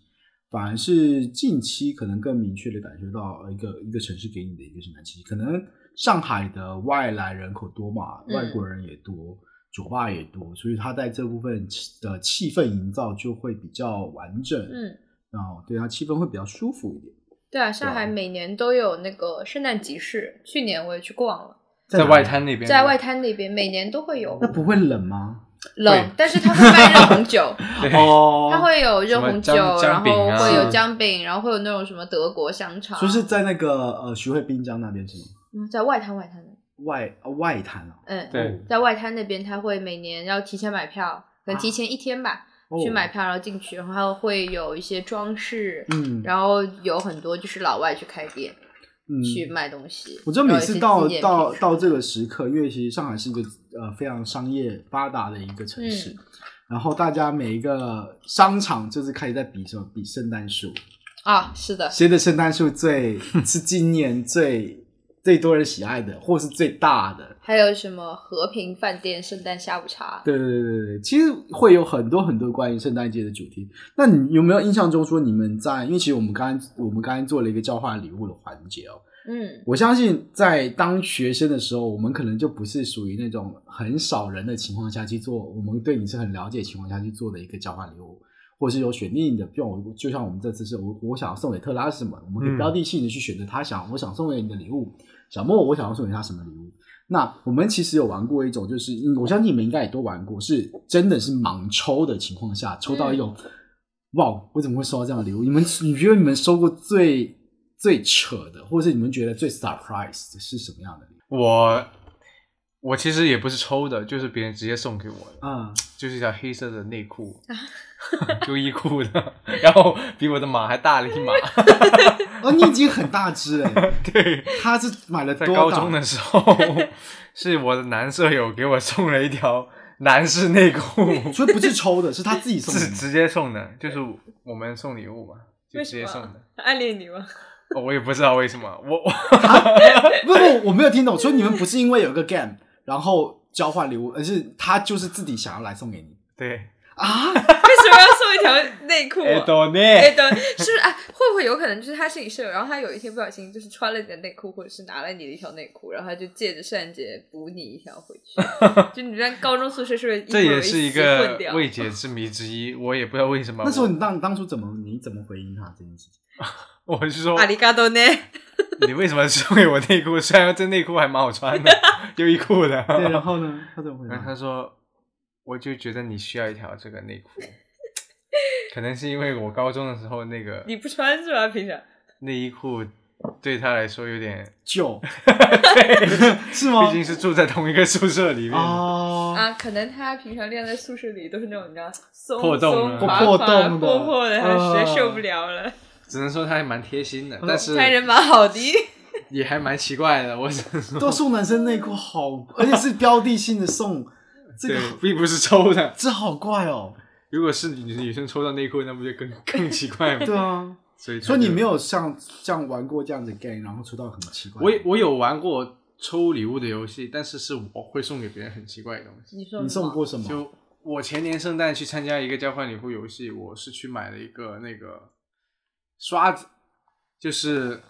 [SPEAKER 3] 反而是近期可能更明确的感受到呃一个一个城市给你的一个圣诞气息。可能上海的外来人口多嘛，
[SPEAKER 1] 嗯
[SPEAKER 3] 外国人也多，酒吧也多，所以它在这部分气的气氛营造就会比较完整，
[SPEAKER 1] 嗯，
[SPEAKER 3] 然后对它气氛会比较舒服一点。
[SPEAKER 1] 对啊，上海每年都有那个圣诞集市，去年我也去逛了，
[SPEAKER 2] 在外滩那边，
[SPEAKER 1] 在外滩那边每年都会有
[SPEAKER 3] 那不会冷吗？
[SPEAKER 1] 冷，但是他会卖热红酒，
[SPEAKER 3] 哦
[SPEAKER 1] 他会有热红酒，
[SPEAKER 2] 什
[SPEAKER 1] 然
[SPEAKER 2] 么姜姜饼
[SPEAKER 1] 后
[SPEAKER 2] 啊
[SPEAKER 1] 会有姜饼，然后会有那种什么德国香肠，
[SPEAKER 3] 就是在那个呃徐汇滨江那边是吗？
[SPEAKER 1] 嗯在外滩外滩的，
[SPEAKER 3] 外呃外滩啊，
[SPEAKER 1] 嗯，
[SPEAKER 2] 对，
[SPEAKER 1] 在外滩那边他会每年要提前买票，可能提前一天吧、
[SPEAKER 3] 哦
[SPEAKER 1] 去买票，然后进去，然后会有一些装饰，
[SPEAKER 3] 嗯，
[SPEAKER 1] 然后有很多就是老外去开店、
[SPEAKER 3] 嗯
[SPEAKER 1] 去卖东西，
[SPEAKER 3] 我知道每次到
[SPEAKER 1] 然后有一些纪念品
[SPEAKER 3] 到到这个时刻，因为其实上海是一个呃非常商业发达的一个城市，
[SPEAKER 1] 嗯
[SPEAKER 3] 然后大家每一个商场就是开始在比什么比圣诞树，
[SPEAKER 1] 啊，是的，
[SPEAKER 3] 谁的圣诞树最 是今年最最多人喜爱的，或是最大的。
[SPEAKER 1] 还有什么和平饭店圣诞下午茶，
[SPEAKER 3] 对对对对对，其实会有很多很多关于圣诞节的主题。那你有没有印象中说你们在？因为其实我们刚刚我们刚刚做了一个交换礼物的环节哦。
[SPEAKER 1] 嗯，
[SPEAKER 3] 我相信在当学生的时候，我们可能就不是属于那种很少人的情况下去做，我们对你是很了解的情况下去做的一个交换礼物，或是有选定的，就像我就像我们这次是我我想要送给特拉是什么，我们可以
[SPEAKER 2] 嗯
[SPEAKER 3] 标的性的去选择他想我想送给你的礼物，小莫我想要送给他什么礼物。那我们其实有玩过一种，就是嗯我相信你们应该也都玩过，是真的是盲抽的情况下抽到一种，哇，我怎么会收到这样的礼物？你们你觉得你们收过最最扯的，或者是你们觉得最 surprise 的是什么样的礼物？
[SPEAKER 2] 我我其实也不是抽的，就是别人直接送给我的，
[SPEAKER 3] 啊、
[SPEAKER 2] 就是一条黑色的内裤，
[SPEAKER 1] 啊
[SPEAKER 2] 优衣库的，然后比我的码还大了一 码。
[SPEAKER 3] 哦，你已经很大只了，
[SPEAKER 2] 对，
[SPEAKER 3] 他是买了
[SPEAKER 2] 在
[SPEAKER 3] 多大？
[SPEAKER 2] 高中的时候，是我的男舍友给我送了一条男士内裤，
[SPEAKER 3] 所以不是抽的，是他自己送的
[SPEAKER 2] 是
[SPEAKER 3] 吗。
[SPEAKER 2] 直接送的，就是我们送礼物嘛，就直接送的。
[SPEAKER 1] 暗恋你吗？
[SPEAKER 2] 哦我也不知道为什么，我 我
[SPEAKER 3] 不不，我没有听懂。所以你们不是因为有一个 game 然后交换礼物，而是他就是自己想要来送给你
[SPEAKER 2] 对，
[SPEAKER 3] 啊？
[SPEAKER 1] 为什么要送一条内裤、
[SPEAKER 2] 哎，
[SPEAKER 1] 啊？
[SPEAKER 2] 懂呢，
[SPEAKER 1] 哎，对，是不是哎，会不会有可能就是他是你舍友，然后他有一天不小心就是穿了你的内裤，或者是拿了你的一条内裤，然后他就借着圣诞节补你一条回 去？就你在高中宿舍是不是
[SPEAKER 2] 这也是一个
[SPEAKER 1] 混掉？
[SPEAKER 2] 未解之谜之一，我也不知道为什么。
[SPEAKER 3] 那时候你当当初怎么你怎么回应他这件事情？
[SPEAKER 2] 我我是说
[SPEAKER 1] 阿，里嘎多呢？
[SPEAKER 2] 你为什么送给我内裤？虽 然这内裤还蛮好穿的，优衣库的。
[SPEAKER 3] 对，然后呢？他怎么回
[SPEAKER 2] 然后
[SPEAKER 3] 答
[SPEAKER 2] 他？说，我就觉得你需要一条这个内 裤，可能是因为我高中的时候那个
[SPEAKER 1] 你不穿是吧？平常
[SPEAKER 2] 内衣裤对他来说有 点，
[SPEAKER 3] 旧是吗
[SPEAKER 2] 毕？竟是住在同一个宿舍里面的。
[SPEAKER 3] 哦，
[SPEAKER 1] 啊，可能他平常晾在宿舍里都是那种你知道松
[SPEAKER 2] 破洞
[SPEAKER 1] 松
[SPEAKER 2] 的
[SPEAKER 1] 垮垮
[SPEAKER 3] 破洞的
[SPEAKER 1] 破破的，他实在
[SPEAKER 3] 啊
[SPEAKER 1] 受不了了。
[SPEAKER 2] 只能说他还蛮贴心
[SPEAKER 3] 哦
[SPEAKER 2] 的，但是
[SPEAKER 1] 他人蛮好的，
[SPEAKER 2] 也还蛮奇怪的。我只能说，
[SPEAKER 3] 都送男生内裤好，而且是标的性的 送，这
[SPEAKER 2] 对
[SPEAKER 3] 个，
[SPEAKER 2] 并不是抽的。
[SPEAKER 3] 这好怪哦。
[SPEAKER 2] 如果是女女生抽到内裤，那不就更更奇怪吗？
[SPEAKER 3] 对啊，
[SPEAKER 2] 所以他
[SPEAKER 3] 所以你
[SPEAKER 2] 就
[SPEAKER 3] 没有像像玩过这样的 game，然后抽到很奇怪的。
[SPEAKER 2] 我也我有玩过抽礼物的游戏，但是是我会送给别人很奇怪的东西。
[SPEAKER 1] 你送
[SPEAKER 3] 你送过什么？
[SPEAKER 2] 就我前年圣诞去参加一个交换礼物游戏，我是去买了一个那个刷子，就是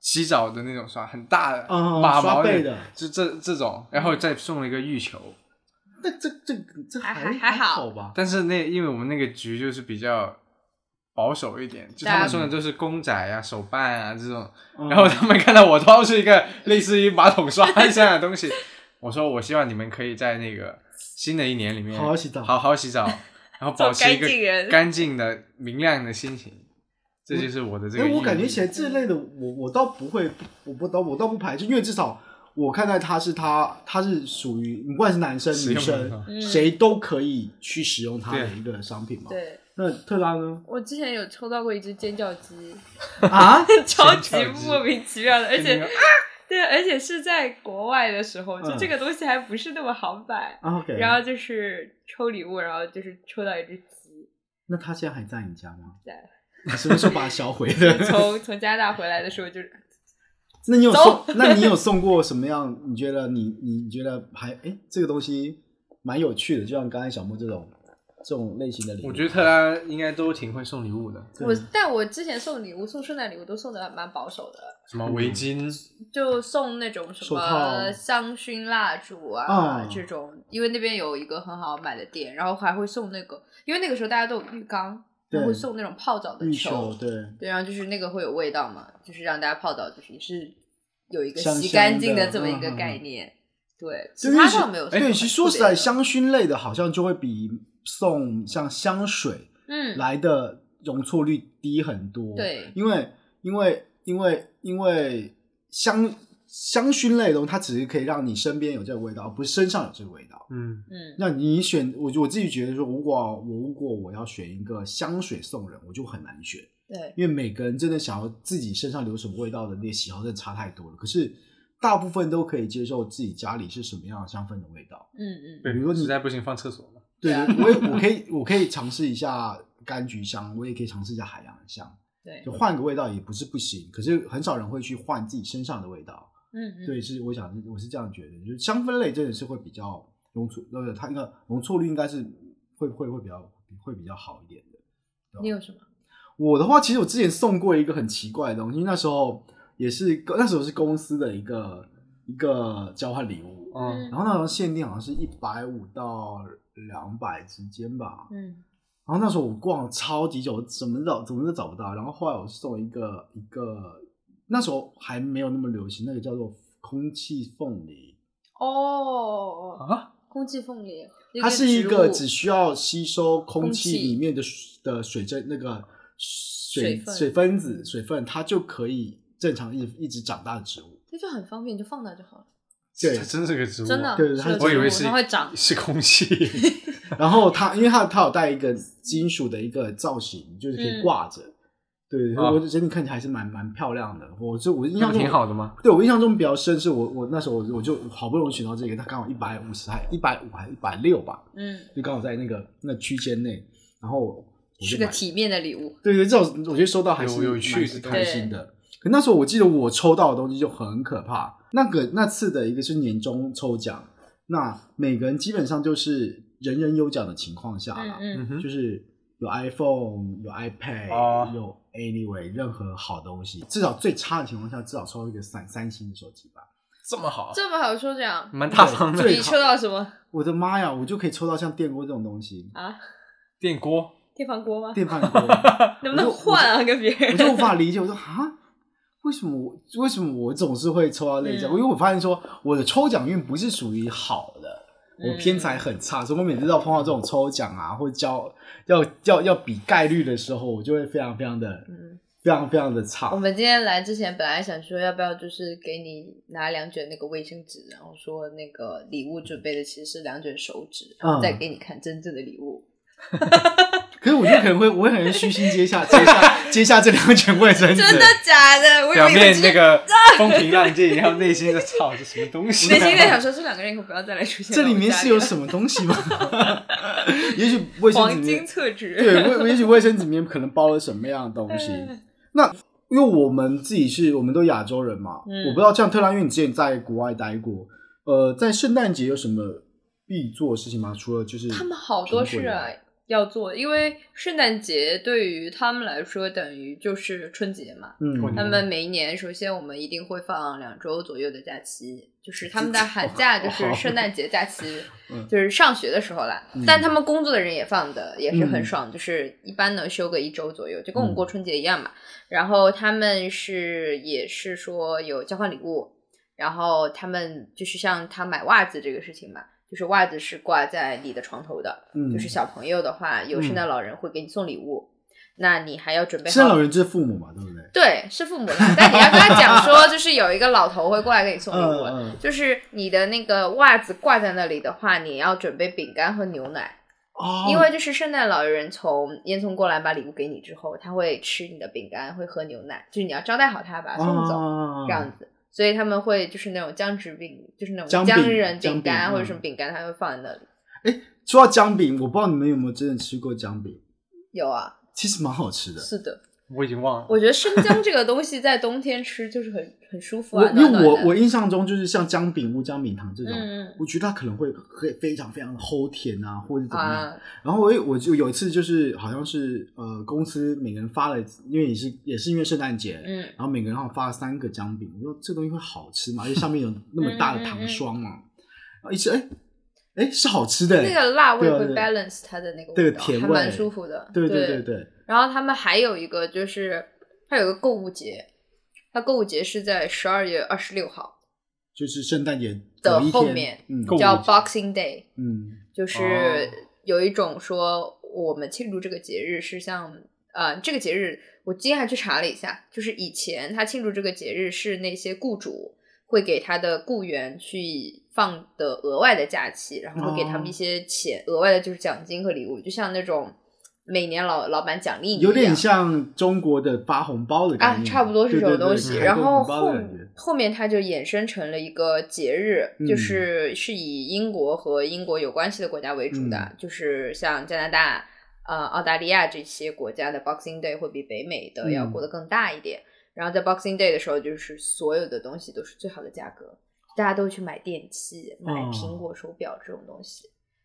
[SPEAKER 2] 洗澡的那种刷，很大的，
[SPEAKER 3] 嗯
[SPEAKER 2] 马
[SPEAKER 3] 刷
[SPEAKER 2] 毛
[SPEAKER 3] 背
[SPEAKER 2] 的
[SPEAKER 3] 的，
[SPEAKER 2] 就这这种，然后再送了一个浴球。
[SPEAKER 3] 那这这这
[SPEAKER 1] 还还
[SPEAKER 3] 还
[SPEAKER 1] 好
[SPEAKER 3] 吧？
[SPEAKER 2] 但是那因为我们那个局就是比较保守一点，就他
[SPEAKER 1] 大
[SPEAKER 2] 们送的都是公仔啊、手办啊这种，
[SPEAKER 3] 嗯
[SPEAKER 2] 然后他们看到我掏出一个类似于马桶刷一样的东 西，我说我希望你们可以在那个新的一年里面
[SPEAKER 3] 好好洗澡
[SPEAKER 2] 好好洗 澡，然后保持一个
[SPEAKER 1] 做干净人
[SPEAKER 2] 干净的、明亮的心情，这就是我的这个
[SPEAKER 3] 哎，
[SPEAKER 2] 意义。
[SPEAKER 3] 我感觉起来这类的，我我倒不会，我不倒我倒不排斥，因为至少我看待他是他他是属于不管是男生
[SPEAKER 2] 使
[SPEAKER 3] 女
[SPEAKER 2] 用的很
[SPEAKER 3] 生
[SPEAKER 2] 好，
[SPEAKER 1] 嗯
[SPEAKER 3] 谁都可以去使用它的一个商品嘛。
[SPEAKER 1] 对。
[SPEAKER 3] 那特拉呢？
[SPEAKER 1] 我之前有抽到过一只尖叫 鸡，
[SPEAKER 3] 啊，
[SPEAKER 1] 超级
[SPEAKER 2] 尖叫鸡
[SPEAKER 1] 莫名其妙的，而且
[SPEAKER 2] 那个
[SPEAKER 1] 对，而且是在国外的时候，就
[SPEAKER 3] 嗯
[SPEAKER 1] 这个东西还不是那么好买。
[SPEAKER 3] 啊 OK，
[SPEAKER 1] 然后就是抽礼物，然后就是抽到一只鸡，
[SPEAKER 3] 那他现在还在你家吗？
[SPEAKER 1] 在。
[SPEAKER 3] 你什么时候把它销毁的？
[SPEAKER 1] 从从加拿大回来的时候就是
[SPEAKER 3] 那你有送
[SPEAKER 1] 走？
[SPEAKER 3] 那你有送过什么样？你觉得你你觉得还哎，这个东西蛮有趣的，就像刚才小莫这种这种类型的礼物，
[SPEAKER 2] 我觉得特拉应该都挺会送礼物的，
[SPEAKER 3] 对
[SPEAKER 1] 我但我之前送礼物，送圣诞礼物都送的蛮保守的，
[SPEAKER 2] 什
[SPEAKER 3] 嗯
[SPEAKER 2] 么围巾、
[SPEAKER 1] 就送那种什
[SPEAKER 3] 手套
[SPEAKER 1] 么香薰蜡烛啊
[SPEAKER 3] 啊
[SPEAKER 1] 这种，因为那边有一个很好买的店，然后还会送那个，因为那个时候大家都有浴缸，
[SPEAKER 3] 对
[SPEAKER 1] 然后会送那种泡澡的
[SPEAKER 3] 浴球，对，
[SPEAKER 1] 对，然后就是那个会有味道嘛，就是让大家泡澡，就是也是有一个
[SPEAKER 3] 香
[SPEAKER 1] 洗
[SPEAKER 3] 香
[SPEAKER 1] 干净
[SPEAKER 3] 的
[SPEAKER 1] 这么一
[SPEAKER 3] 嗯
[SPEAKER 1] 个
[SPEAKER 3] 嗯
[SPEAKER 1] 概念。对，
[SPEAKER 3] 就
[SPEAKER 1] 其他
[SPEAKER 3] 是
[SPEAKER 1] 倒没有什么
[SPEAKER 3] 对，
[SPEAKER 1] 特
[SPEAKER 3] 其实说
[SPEAKER 1] 别
[SPEAKER 3] 实在，
[SPEAKER 1] 的
[SPEAKER 3] 香薰类的好像就会比送像香水
[SPEAKER 1] 嗯
[SPEAKER 3] 来的容错率低很多。
[SPEAKER 1] 对
[SPEAKER 3] 因为因为因为因为香香薰类的东西，它只是可以让你身边有这个味道，而不是身上有这个味道。
[SPEAKER 2] 嗯，
[SPEAKER 1] 嗯
[SPEAKER 3] 那你选，我我自己觉得说，如果我如果我要选一个香水送人，我就很难选。
[SPEAKER 1] 对
[SPEAKER 3] 因为每个人真的想要自己身上留什么味道的那个喜好真的差太多了。可是大部分都可以接受自己家里是什么样的香氛的味道。
[SPEAKER 1] 嗯嗯
[SPEAKER 2] 对，
[SPEAKER 3] 比如说你
[SPEAKER 2] 实在不行放厕所嘛，
[SPEAKER 3] 对，
[SPEAKER 1] 对啊
[SPEAKER 3] 我也我可以我可以尝试一下柑橘香，我也可以尝试一下海洋香，
[SPEAKER 1] 对
[SPEAKER 3] 就换个味道也不是不行。可是很少人会去换自己身上的味道。
[SPEAKER 1] 嗯嗯
[SPEAKER 3] 对，是我想是我是这样觉得，就是香氛类真的是会比较容错，呃，它那个容错率应该是会会会比较会比较好一点的。
[SPEAKER 1] 你有什么？
[SPEAKER 3] 我的话，其实我之前送过一个很奇怪的东西，那时候也是那时候是公司的一个一个交换礼
[SPEAKER 1] 哦
[SPEAKER 3] 物，
[SPEAKER 2] 嗯，
[SPEAKER 3] 然后那时候限定好像是一百五到两百之间吧。
[SPEAKER 1] 嗯
[SPEAKER 3] 然后那时候我逛了超级久，怎么找怎么都找不到。然后后来我送了一个一个，那时候还没有那么流行，那个叫做空气凤梨，
[SPEAKER 1] 哦，
[SPEAKER 2] 啊，
[SPEAKER 1] 空气凤梨，
[SPEAKER 3] 它是一个只
[SPEAKER 1] 需
[SPEAKER 3] 需要吸收空
[SPEAKER 1] 空
[SPEAKER 3] 气
[SPEAKER 1] 气
[SPEAKER 3] 里面的水的水蒸那个
[SPEAKER 1] 水
[SPEAKER 3] 水
[SPEAKER 1] 分
[SPEAKER 3] 水分子水分，它就可以正常一直一直长大的植物。
[SPEAKER 1] 这就很方便，就放那就好了。
[SPEAKER 3] 对
[SPEAKER 2] 它真是个植物啊，
[SPEAKER 1] 真的，
[SPEAKER 3] 对
[SPEAKER 1] 是
[SPEAKER 3] 它
[SPEAKER 1] 有
[SPEAKER 2] 我以为
[SPEAKER 1] 植物
[SPEAKER 2] 是
[SPEAKER 1] 它会长。
[SPEAKER 2] 是空气，
[SPEAKER 3] 然后它因为它它有带一个金属的一个造型，就是可以
[SPEAKER 1] 嗯
[SPEAKER 3] 挂着。对，
[SPEAKER 2] 啊
[SPEAKER 3] 我觉得整体看起来还是蛮蛮漂亮的。我就我印
[SPEAKER 2] 那
[SPEAKER 3] 象
[SPEAKER 2] 不
[SPEAKER 3] 中
[SPEAKER 2] 挺好的吗？
[SPEAKER 3] 对我印象中比较深是我我那时候我我就好不容易选到这个，它刚好一百五十还一百五还一百六吧，
[SPEAKER 1] 嗯，
[SPEAKER 3] 就刚好在那个那区间内。然后我我就是
[SPEAKER 1] 个
[SPEAKER 3] 买
[SPEAKER 1] 体面的礼物。
[SPEAKER 3] 对对，这种我觉得收到还是
[SPEAKER 2] 有有趣
[SPEAKER 3] 蛮
[SPEAKER 2] 的东
[SPEAKER 3] 开
[SPEAKER 1] 西
[SPEAKER 3] 心的。可那时候我记得我抽到的东西就很可怕，那个那次的一个是年终抽奖，那每个人基本上就是人人有奖的情况下
[SPEAKER 1] 嗯
[SPEAKER 3] 啦，
[SPEAKER 2] 嗯
[SPEAKER 1] 嗯
[SPEAKER 2] 哼，
[SPEAKER 3] 就是有 iPhone、有 iPad、
[SPEAKER 2] 哦
[SPEAKER 3] 有 anyway 任何好东西，至少最差的情况下至少抽一个三三星的手机吧。
[SPEAKER 2] 这么好，
[SPEAKER 1] 这么好抽奖，
[SPEAKER 2] 蛮大方的
[SPEAKER 3] 对
[SPEAKER 1] 你抽到什么
[SPEAKER 3] 我的妈呀，我就可以抽到像电锅这种东西，
[SPEAKER 1] 啊？
[SPEAKER 2] 电锅，
[SPEAKER 1] 电饭锅吗？
[SPEAKER 3] 电饭 锅。
[SPEAKER 1] 能不能换啊？跟别人
[SPEAKER 3] 我就无法理解，我说啊，为什么我为什么我总是会抽到类奖？
[SPEAKER 1] 嗯
[SPEAKER 3] 因为我发现说我的抽奖运不是属于好的，
[SPEAKER 1] 嗯
[SPEAKER 3] 我偏财很差，所以我每次要碰到这种抽奖啊，或者交要要要比概率的时候，我就会非常非常的
[SPEAKER 1] 嗯
[SPEAKER 3] 非常非常的差
[SPEAKER 1] 我。们今天来之前，本来想说要不要就是给你拿两卷那个卫生纸，然后说那个礼物准备的其实是两卷手
[SPEAKER 3] 嗯
[SPEAKER 1] 纸，然后再给你看真正的礼物。
[SPEAKER 3] 可是我就可能会，我会很虚心接下接下接下这两卷卫生纸。
[SPEAKER 1] 真的假的？我以为
[SPEAKER 2] 表
[SPEAKER 1] 你
[SPEAKER 2] 面
[SPEAKER 1] 直接
[SPEAKER 2] 那个风平浪静，然后内心在操这什么东西啊
[SPEAKER 1] 内？心 在想说，这两个人以后不要再来出现
[SPEAKER 3] 这
[SPEAKER 1] 在我
[SPEAKER 3] 里面
[SPEAKER 1] 家
[SPEAKER 3] 是有
[SPEAKER 1] 了
[SPEAKER 3] 什么东西吗？ 也许卫生纸
[SPEAKER 1] 黄
[SPEAKER 3] 里
[SPEAKER 1] 金
[SPEAKER 3] 面
[SPEAKER 1] 厕纸，
[SPEAKER 3] 对，卫也许卫生纸里面可能包了什么样的东西？
[SPEAKER 1] 嗯
[SPEAKER 3] 那因为我们自己是我们都亚洲人嘛，
[SPEAKER 1] 嗯
[SPEAKER 3] 我不知道像特拉，因为你之前在国外待过，呃，在圣诞节有什么必做的事情吗？除了就是
[SPEAKER 1] 他们好多
[SPEAKER 3] 苹果以
[SPEAKER 1] 事啊
[SPEAKER 3] 外
[SPEAKER 1] 要做，因为圣诞节对于他们来说等于就是春节嘛。
[SPEAKER 2] 过
[SPEAKER 3] 嗯，
[SPEAKER 1] 他
[SPEAKER 2] 年
[SPEAKER 1] 们每一年，首先我们一定会放两周左右的假期，就是他们的寒假就是圣 诞节假期
[SPEAKER 3] 嗯，
[SPEAKER 1] 就是上学的时候啦。但他们工作的人也放的，也是
[SPEAKER 3] 嗯
[SPEAKER 1] 很爽，就是一般能休个一周左右，就跟我们过春节一样嘛。然后他们是也是说有交换礼物，然后他们就是像他买袜子这个事情嘛，就是袜子是挂在你的床头的，
[SPEAKER 3] 嗯
[SPEAKER 1] 就是小朋友的话，有圣诞老人会给你送礼物，那你还要准备好
[SPEAKER 3] 圣诞老人就是父母嘛，对不对？
[SPEAKER 1] 对，是父母啦，但你要跟他讲说，就是有一个老头会过来给你送礼物，
[SPEAKER 3] 嗯嗯
[SPEAKER 1] 就是你的那个袜子挂在那里的话，你要准备饼干和牛奶，
[SPEAKER 3] 哦，
[SPEAKER 1] 因为就是圣诞老人从烟囱过来把礼物给你之后，他会吃你的饼干，会喝牛奶，就是你要招待好他，把他送走、
[SPEAKER 3] 啊
[SPEAKER 1] 这样子。所以他们会就是那种姜汁饼，就是那
[SPEAKER 3] 姜
[SPEAKER 1] 种
[SPEAKER 3] 饼
[SPEAKER 1] 姜仁
[SPEAKER 3] 姜饼
[SPEAKER 1] 饼干或者
[SPEAKER 3] 嗯
[SPEAKER 1] 什么饼干，他会放在那里。
[SPEAKER 3] 说到姜饼，我不知道你们有没有真的吃过姜饼，
[SPEAKER 1] 有啊，
[SPEAKER 3] 其实蛮好吃的。
[SPEAKER 1] 是的，
[SPEAKER 2] 我已经忘了。
[SPEAKER 1] 我觉得生姜这个东西在冬天吃就是很很舒服
[SPEAKER 3] 我
[SPEAKER 1] 啊，
[SPEAKER 3] 因为
[SPEAKER 1] 暖暖的
[SPEAKER 3] 我我印象中就是像姜饼屋、姜饼糖这种，
[SPEAKER 1] 嗯嗯
[SPEAKER 3] 我觉得它可能会会非常非常的齁甜啊，或者怎么样。
[SPEAKER 1] 啊，
[SPEAKER 3] 然后我也我就有一次就是好像是呃公司每个人发了，因为也是也是因为圣诞节，
[SPEAKER 1] 嗯，
[SPEAKER 3] 然后每个人好像发了三个姜饼，我说这东西会好吃吗？因为上面有
[SPEAKER 1] 嗯
[SPEAKER 3] 那么大的糖霜嘛，然后一吃哎哎是好吃的、
[SPEAKER 1] 那个辣味
[SPEAKER 3] 对啊
[SPEAKER 1] 会
[SPEAKER 3] 对
[SPEAKER 1] balance 它的那个
[SPEAKER 3] 对
[SPEAKER 1] 味道，
[SPEAKER 3] 甜
[SPEAKER 1] 还
[SPEAKER 3] 味
[SPEAKER 1] 蛮舒服的。
[SPEAKER 3] 对
[SPEAKER 1] 对
[SPEAKER 3] 对对，
[SPEAKER 1] 然后他们还有一个就是，它有一个购物节，它购物节是在十二月二十六号，
[SPEAKER 3] 就是圣诞节
[SPEAKER 1] 的
[SPEAKER 3] 隔一天
[SPEAKER 1] 后面
[SPEAKER 3] 嗯
[SPEAKER 2] 购物
[SPEAKER 1] 叫
[SPEAKER 2] 节
[SPEAKER 1] Boxing Day，
[SPEAKER 3] 嗯
[SPEAKER 1] 就是
[SPEAKER 3] 哦
[SPEAKER 1] 有一种说我们庆祝这个节日是像呃这个节日，我今天还去查了一下，就是以前他庆祝这个节日是那些雇主会给他的雇员去放的额外的假期，然后会给他们
[SPEAKER 3] 哦
[SPEAKER 1] 一些钱，额外的就是奖金和礼物，就像那种每年老老板奖励你一
[SPEAKER 3] 有点
[SPEAKER 1] 样
[SPEAKER 3] 像中国的发红包的概
[SPEAKER 1] 啊，
[SPEAKER 3] 念，
[SPEAKER 1] 差不多是这种
[SPEAKER 3] 对对对
[SPEAKER 1] 东西。
[SPEAKER 3] 对
[SPEAKER 1] 然后
[SPEAKER 3] 红包
[SPEAKER 1] 后
[SPEAKER 3] 的感觉
[SPEAKER 1] 后面它就衍生成了一个节日，
[SPEAKER 3] 嗯
[SPEAKER 1] 就是是以英国和英国有关系的国家为主的，
[SPEAKER 3] 嗯
[SPEAKER 1] 就是像加拿大、呃澳大利亚这些国家的 Boxing Day 会比北美的要
[SPEAKER 3] 嗯
[SPEAKER 1] 过得更大一点。然后在 Boxing Day 的时候，就是所有的东西都是最好的价格，大家都去买电器、买
[SPEAKER 3] 哦
[SPEAKER 1] 苹果手表这种东西，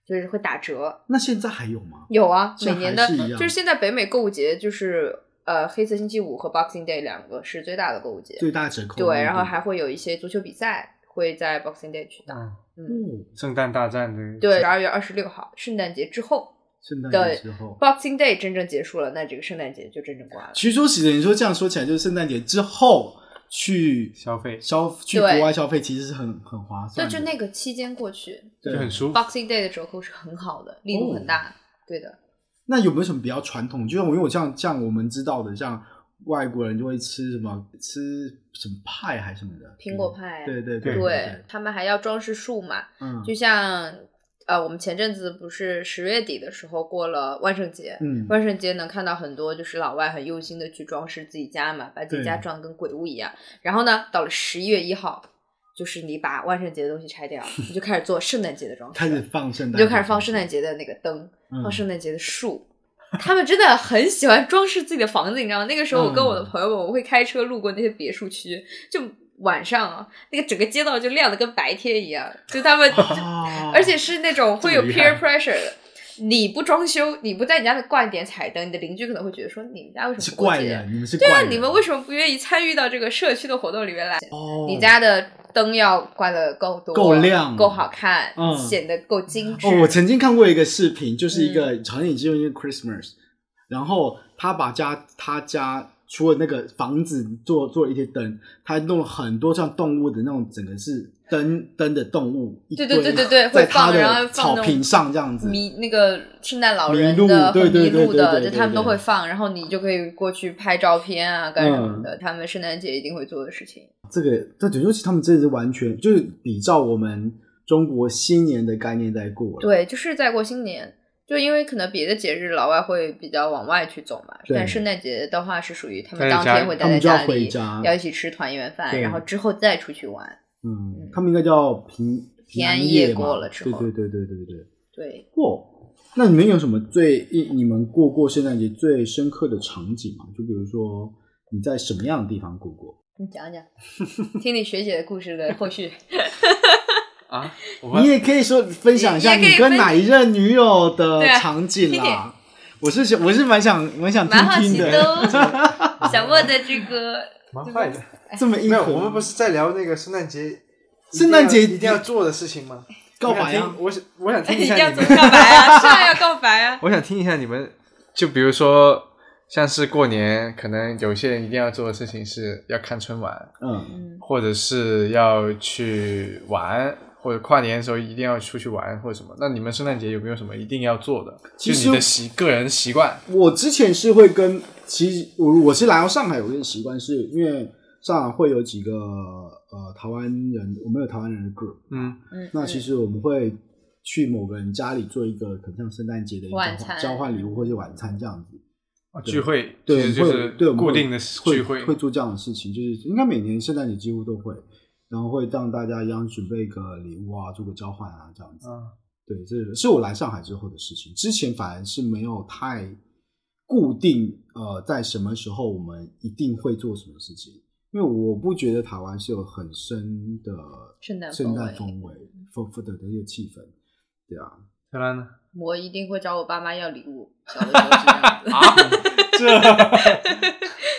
[SPEAKER 1] 就是会打折。
[SPEAKER 3] 那现在还有吗？
[SPEAKER 1] 有啊，
[SPEAKER 3] 这
[SPEAKER 1] 每
[SPEAKER 3] 还
[SPEAKER 1] 年的
[SPEAKER 3] 是一样
[SPEAKER 1] 就是现在北美购物节就是呃黑色星期五和 Boxing Day 两个是最大的购物节，
[SPEAKER 3] 最大折扣
[SPEAKER 1] 对，然后还会有一些足球比赛会在 Boxing Day 去打，嗯，
[SPEAKER 2] 嗯，
[SPEAKER 3] 哦，
[SPEAKER 2] 圣诞大战这个
[SPEAKER 1] 对，十二月二十六号圣诞节之后
[SPEAKER 3] 圣诞
[SPEAKER 1] 对
[SPEAKER 3] 节之后。
[SPEAKER 1] ，Boxing Day 真正结束了，那这个圣诞节就真正关了。
[SPEAKER 3] 其实说起来，你说这样说起来，就是圣诞节之后去
[SPEAKER 2] 消费
[SPEAKER 3] 消去国
[SPEAKER 1] 对
[SPEAKER 3] 外消费，其实是很很划
[SPEAKER 1] 对，
[SPEAKER 3] 算的。
[SPEAKER 1] 就那个期间过去
[SPEAKER 2] 就
[SPEAKER 3] 对哦
[SPEAKER 2] 很舒服。
[SPEAKER 1] ，Boxing Day 的折扣是很好的，力度很大。对的，
[SPEAKER 3] 那有没有什么比较传统？就是因为我像像我们知道的，像外国人就会吃什么吃什么派还是什么的
[SPEAKER 1] 苹果派啊
[SPEAKER 3] 嗯对对
[SPEAKER 2] 对
[SPEAKER 1] 对他们还要装饰树嘛，
[SPEAKER 3] 嗯
[SPEAKER 1] 就像呃，我们前阵子不是十月底的时候过了万圣节，
[SPEAKER 3] 嗯
[SPEAKER 1] 万圣节能看到很多就是老外很用心的去装饰自己家嘛，把自己
[SPEAKER 3] 对
[SPEAKER 1] 家装得跟鬼屋一样。然后呢，到了十一月一号，就是你把万圣节的东西拆掉，你就开始做圣诞节的装饰，
[SPEAKER 3] 开始放圣
[SPEAKER 1] 你
[SPEAKER 3] 诞，
[SPEAKER 1] 就开始放圣诞节的那个灯，
[SPEAKER 3] 嗯
[SPEAKER 1] 放圣诞节的 树。他们真的很喜欢装饰自己的房子，你知道吗？那个时候我跟我的
[SPEAKER 3] 嗯
[SPEAKER 1] 朋友们，我会开车路过那些别墅区，就晚上啊，那个整个街道就亮的跟白天一样，就他 们
[SPEAKER 3] 啊，
[SPEAKER 1] 而且是那种会有
[SPEAKER 2] 这么厉害
[SPEAKER 1] peer pressure 的。你不装修，你不在你家里挂一点彩灯，你的邻居可能会觉得说你们家为什么
[SPEAKER 3] 是
[SPEAKER 1] 过
[SPEAKER 3] 怪
[SPEAKER 1] 节？
[SPEAKER 3] 人，你们是
[SPEAKER 1] 对啊
[SPEAKER 3] 怪，人
[SPEAKER 1] 你们为什么不愿意参与到这个社区的活动里面来？
[SPEAKER 3] 哦，
[SPEAKER 1] 你家的灯要挂的够多、
[SPEAKER 3] 够亮
[SPEAKER 1] 够好看，
[SPEAKER 3] 嗯
[SPEAKER 1] 显得够精致。
[SPEAKER 3] 哦，我曾经看过一个视频，就是一
[SPEAKER 1] 嗯
[SPEAKER 3] 个好像也是用一个 Christmas，然后他把家他家除了那个房子做做了一些灯，他弄了很多像动物的那种，整个是灯灯的动物，一
[SPEAKER 1] 对
[SPEAKER 3] 堆
[SPEAKER 1] 对对对对
[SPEAKER 3] 在
[SPEAKER 1] 会放
[SPEAKER 3] 他
[SPEAKER 1] 然后放
[SPEAKER 3] 的
[SPEAKER 1] 那
[SPEAKER 3] 草
[SPEAKER 1] 种
[SPEAKER 3] 坪上这样子，
[SPEAKER 1] 迷那个圣诞老人
[SPEAKER 3] 麋
[SPEAKER 1] 的
[SPEAKER 3] 鹿
[SPEAKER 1] 和
[SPEAKER 3] 对对
[SPEAKER 1] 麋
[SPEAKER 3] 对
[SPEAKER 1] 鹿的，
[SPEAKER 3] 对
[SPEAKER 1] 就
[SPEAKER 3] 对对
[SPEAKER 1] 他们都
[SPEAKER 3] 对
[SPEAKER 1] 会放，然后你就可以过去拍照片啊，干什么
[SPEAKER 3] 嗯
[SPEAKER 1] 的？他们圣诞节一定会做的事情。
[SPEAKER 3] 这个，这等于说其实他们真的是完全就是比照我们中国新年的概念在过了，
[SPEAKER 1] 对，就是在过新年，就因为可能别的节日老外会比较往外去走嘛，
[SPEAKER 3] 对
[SPEAKER 1] 但圣诞节的话是属于他们
[SPEAKER 2] 待在
[SPEAKER 1] 当
[SPEAKER 2] 家
[SPEAKER 1] 天
[SPEAKER 2] 里
[SPEAKER 1] 会
[SPEAKER 3] 他
[SPEAKER 1] 待在
[SPEAKER 3] 们就要回
[SPEAKER 1] 里，
[SPEAKER 3] 家，
[SPEAKER 1] 要一起吃团圆饭，
[SPEAKER 3] 对
[SPEAKER 1] 然后之后再出去玩。
[SPEAKER 3] 嗯，他们应该叫平
[SPEAKER 1] 平安
[SPEAKER 3] 安
[SPEAKER 1] 夜
[SPEAKER 3] 嘛
[SPEAKER 1] 过了之后
[SPEAKER 3] 对对对对对对。
[SPEAKER 1] 对，
[SPEAKER 3] 过。哦那你们有什么最一你们过过圣诞节最深刻的场景吗？就比如说你在什么样的地方过过？
[SPEAKER 1] 你讲讲，听你学姐的故事的后续。
[SPEAKER 2] 啊，我
[SPEAKER 3] 你
[SPEAKER 2] 们
[SPEAKER 3] 也可以说分享一下
[SPEAKER 1] 也也可以
[SPEAKER 3] 你跟哪一任女友的
[SPEAKER 1] 对啊
[SPEAKER 3] 场景
[SPEAKER 1] 听听
[SPEAKER 3] 啦。我是想，我是蛮想蛮想听
[SPEAKER 1] 蛮好
[SPEAKER 3] 听
[SPEAKER 1] 奇的
[SPEAKER 3] 的，
[SPEAKER 1] 哦，小莫的这个
[SPEAKER 2] 蛮快的。
[SPEAKER 3] 这么硬
[SPEAKER 2] 没有，
[SPEAKER 3] 核
[SPEAKER 2] 我们不是在聊那个圣诞节，
[SPEAKER 3] 圣诞节
[SPEAKER 2] 一定要一定要做的事情 吗？
[SPEAKER 3] 告白
[SPEAKER 2] 我想
[SPEAKER 3] 啊
[SPEAKER 2] 听，我想我想听一 下
[SPEAKER 1] 要
[SPEAKER 2] 你
[SPEAKER 1] 怎
[SPEAKER 2] 们
[SPEAKER 1] 么告白 啊？是啊，要告白啊。
[SPEAKER 2] 我想听一下你们，就比如说，像是过年，可能有些人一定要做的事情是要看春晚，
[SPEAKER 3] 嗯，
[SPEAKER 2] 或者是要去玩，或者跨年的时候一定要出去玩或者什么。那你们圣诞节有没有什么一定要做的？
[SPEAKER 3] 其实
[SPEAKER 2] 就你的习个人习惯，
[SPEAKER 3] 我之前是会跟，其实我我是来到上海，有一个习惯是因为上海会有几个呃台湾人，我们有台湾人的 group，
[SPEAKER 2] 嗯，
[SPEAKER 1] 嗯，
[SPEAKER 3] 那其
[SPEAKER 1] 嗯
[SPEAKER 3] 实我们会去某个人家里做一个，可能像圣诞节的一个
[SPEAKER 1] 晚
[SPEAKER 3] 交
[SPEAKER 1] 餐嗯
[SPEAKER 3] 换交换礼物或者晚餐这样子。
[SPEAKER 2] 哦聚会
[SPEAKER 3] 对，
[SPEAKER 2] 其实
[SPEAKER 3] 会
[SPEAKER 2] 就
[SPEAKER 3] 有
[SPEAKER 2] 是
[SPEAKER 3] 对我们
[SPEAKER 2] 固
[SPEAKER 3] 会
[SPEAKER 2] 定的聚
[SPEAKER 3] 会会做这样的事情，就是应该每年圣诞节几乎都会，然后会让大家一样准备个礼物啊，做个交换啊这样子。
[SPEAKER 2] 嗯
[SPEAKER 3] 对，这是我来上海之后的事情，之前反而是没有太固定呃在什么时候我们一定会做什么事情，因为我不觉得台湾是有很深的
[SPEAKER 1] 圣诞
[SPEAKER 3] 圣诞
[SPEAKER 1] 氛
[SPEAKER 3] 氛围丰富的这个气氛，对啊，
[SPEAKER 2] 特兰呢？
[SPEAKER 1] 我一定会找我爸妈要礼物，小的时候是这样
[SPEAKER 3] 啊
[SPEAKER 1] 子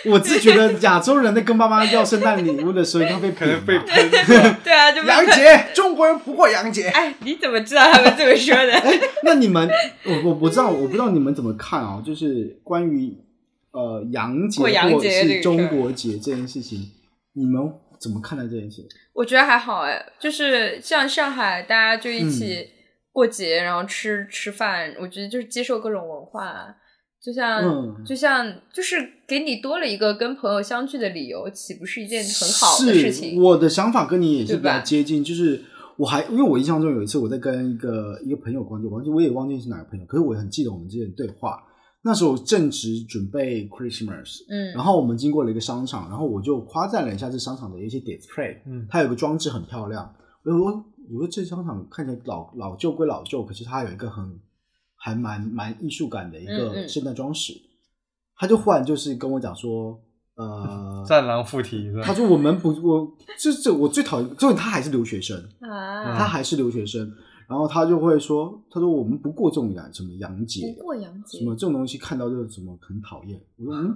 [SPEAKER 3] 我只觉得亚洲人在跟爸妈要圣诞礼物的时候，应该被
[SPEAKER 2] 可能被
[SPEAKER 3] 扁吧
[SPEAKER 2] 喷了
[SPEAKER 1] 对啊，就被
[SPEAKER 4] 杨
[SPEAKER 1] 喷
[SPEAKER 4] 杰，中国人不过杨杰。
[SPEAKER 1] 哎，你怎么知道他们这么说的？
[SPEAKER 3] 那你们，我我不知道，我不知道你们怎么看啊？就是关于呃洋节
[SPEAKER 1] 过洋
[SPEAKER 3] 或者
[SPEAKER 1] 节这
[SPEAKER 3] 是
[SPEAKER 1] 个事儿
[SPEAKER 3] 中国节这件事情，你们怎么看待这件事？
[SPEAKER 1] 我觉得还好哎，就是像上海，大家就一
[SPEAKER 3] 嗯
[SPEAKER 1] 起过节，然后吃吃饭，我觉得就是接受各种文化，啊就像、
[SPEAKER 3] 嗯
[SPEAKER 1] 就像就是给你多了一个跟朋友相聚的理由，岂不是一件很好的事情
[SPEAKER 3] 是？我的想法跟你也是比
[SPEAKER 1] 对
[SPEAKER 3] 较
[SPEAKER 1] 吧
[SPEAKER 3] 接近，就是我还因为我印象中有一次我在跟一个一个朋友关系，我忘记我也忘记是哪个朋友，可是我很记得我们之前的对话。那时候正值准备 Christmas，
[SPEAKER 1] 嗯，
[SPEAKER 3] 然后我们经过了一个商场，然后我就夸赞了一下这商场的一些 display，
[SPEAKER 2] 嗯，
[SPEAKER 3] 它有个装置很漂亮。我就说，我说这商场看起来老老旧归老旧，可是它有一个很还蛮蛮艺术感的一
[SPEAKER 1] 嗯
[SPEAKER 3] 个
[SPEAKER 1] 嗯
[SPEAKER 3] 圣诞装饰。他就忽然就是跟我讲说， 呃
[SPEAKER 2] 战狼附体是吧
[SPEAKER 3] 他？说我们不，我这这我最讨厌，就是他还是留学生，
[SPEAKER 1] 啊，
[SPEAKER 3] 他还是留学生，然后他就会说，他说我们不过这种洋什么洋
[SPEAKER 1] 不
[SPEAKER 3] 节，
[SPEAKER 1] 过洋节
[SPEAKER 3] 什么这种东西看到就是什么很讨厌。我说嗯，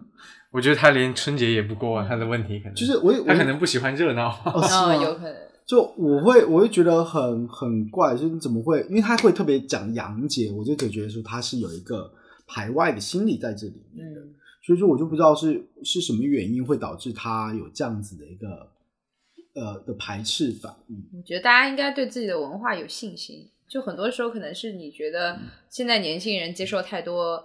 [SPEAKER 2] 我觉得他连春节也不过，啊他的问题可能
[SPEAKER 3] 就是我也我
[SPEAKER 2] 他
[SPEAKER 3] 也
[SPEAKER 2] 可能不喜欢热闹。
[SPEAKER 3] 哦是
[SPEAKER 1] 啊、
[SPEAKER 3] 吗
[SPEAKER 1] 有可能。
[SPEAKER 3] 就我会，我会觉得很很怪，就是你怎么会？因为他会特别讲洋节，我就感觉说他是有一个排外的心理在这里面的，
[SPEAKER 1] 嗯，
[SPEAKER 3] 所以说我就不知道是是什么原因会导致他有这样子的一个呃的排斥反应。
[SPEAKER 1] 我觉得大家应该对自己的文化有信心。就很多时候可能是你觉
[SPEAKER 3] 嗯
[SPEAKER 1] 得现在年轻人接受太多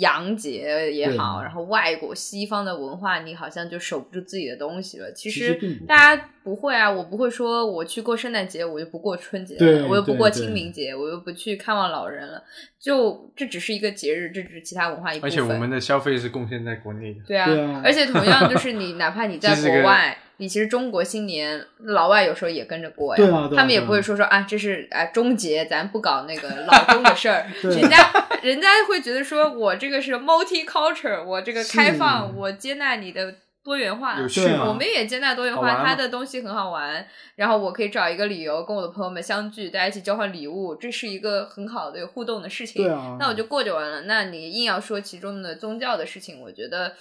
[SPEAKER 1] 洋节也好，
[SPEAKER 3] 对
[SPEAKER 1] 然后外国西方的文化，你好像就守不住自己的东西了。其
[SPEAKER 3] 其实并
[SPEAKER 1] 实
[SPEAKER 3] 不会
[SPEAKER 1] 大家不会啊，我不会说我去过圣诞节，我就不过春节
[SPEAKER 3] 对
[SPEAKER 1] 了，我又不过
[SPEAKER 3] 对对
[SPEAKER 1] 清明节，我又不去看望老人了。就这只是一个节日，这只是其他文化一部分。
[SPEAKER 2] 而且我们的消费是贡献在国内的，
[SPEAKER 1] 对啊，
[SPEAKER 3] 对啊
[SPEAKER 1] 而且同样就是你，哪怕你在
[SPEAKER 2] 这是
[SPEAKER 1] 国
[SPEAKER 2] 个
[SPEAKER 1] 外，你其实中国新年，老外有时候也跟着过呀。
[SPEAKER 3] 对啊对啊
[SPEAKER 1] 他们也
[SPEAKER 3] 对啊
[SPEAKER 1] 不会说说啊，这是啊中节，咱不搞那个老中的事儿。
[SPEAKER 3] 对
[SPEAKER 1] 人家人家会觉得说我这个是 multi culture，我这个开
[SPEAKER 3] 是
[SPEAKER 1] 放，我接纳你的多元化。
[SPEAKER 2] 有
[SPEAKER 3] 对
[SPEAKER 2] 趣
[SPEAKER 3] 啊
[SPEAKER 1] 我
[SPEAKER 2] 吗
[SPEAKER 1] 们？也接纳多元
[SPEAKER 2] 好玩
[SPEAKER 1] 化，
[SPEAKER 2] 吗
[SPEAKER 1] 它的东西很好玩，然后我可以找一个理由跟我的朋友们相聚，大家一起交换礼物，这是一个很好的有互动的事情。
[SPEAKER 3] 对啊
[SPEAKER 1] 那我就过就完了。那你硬要说其中的宗教的事情，我觉得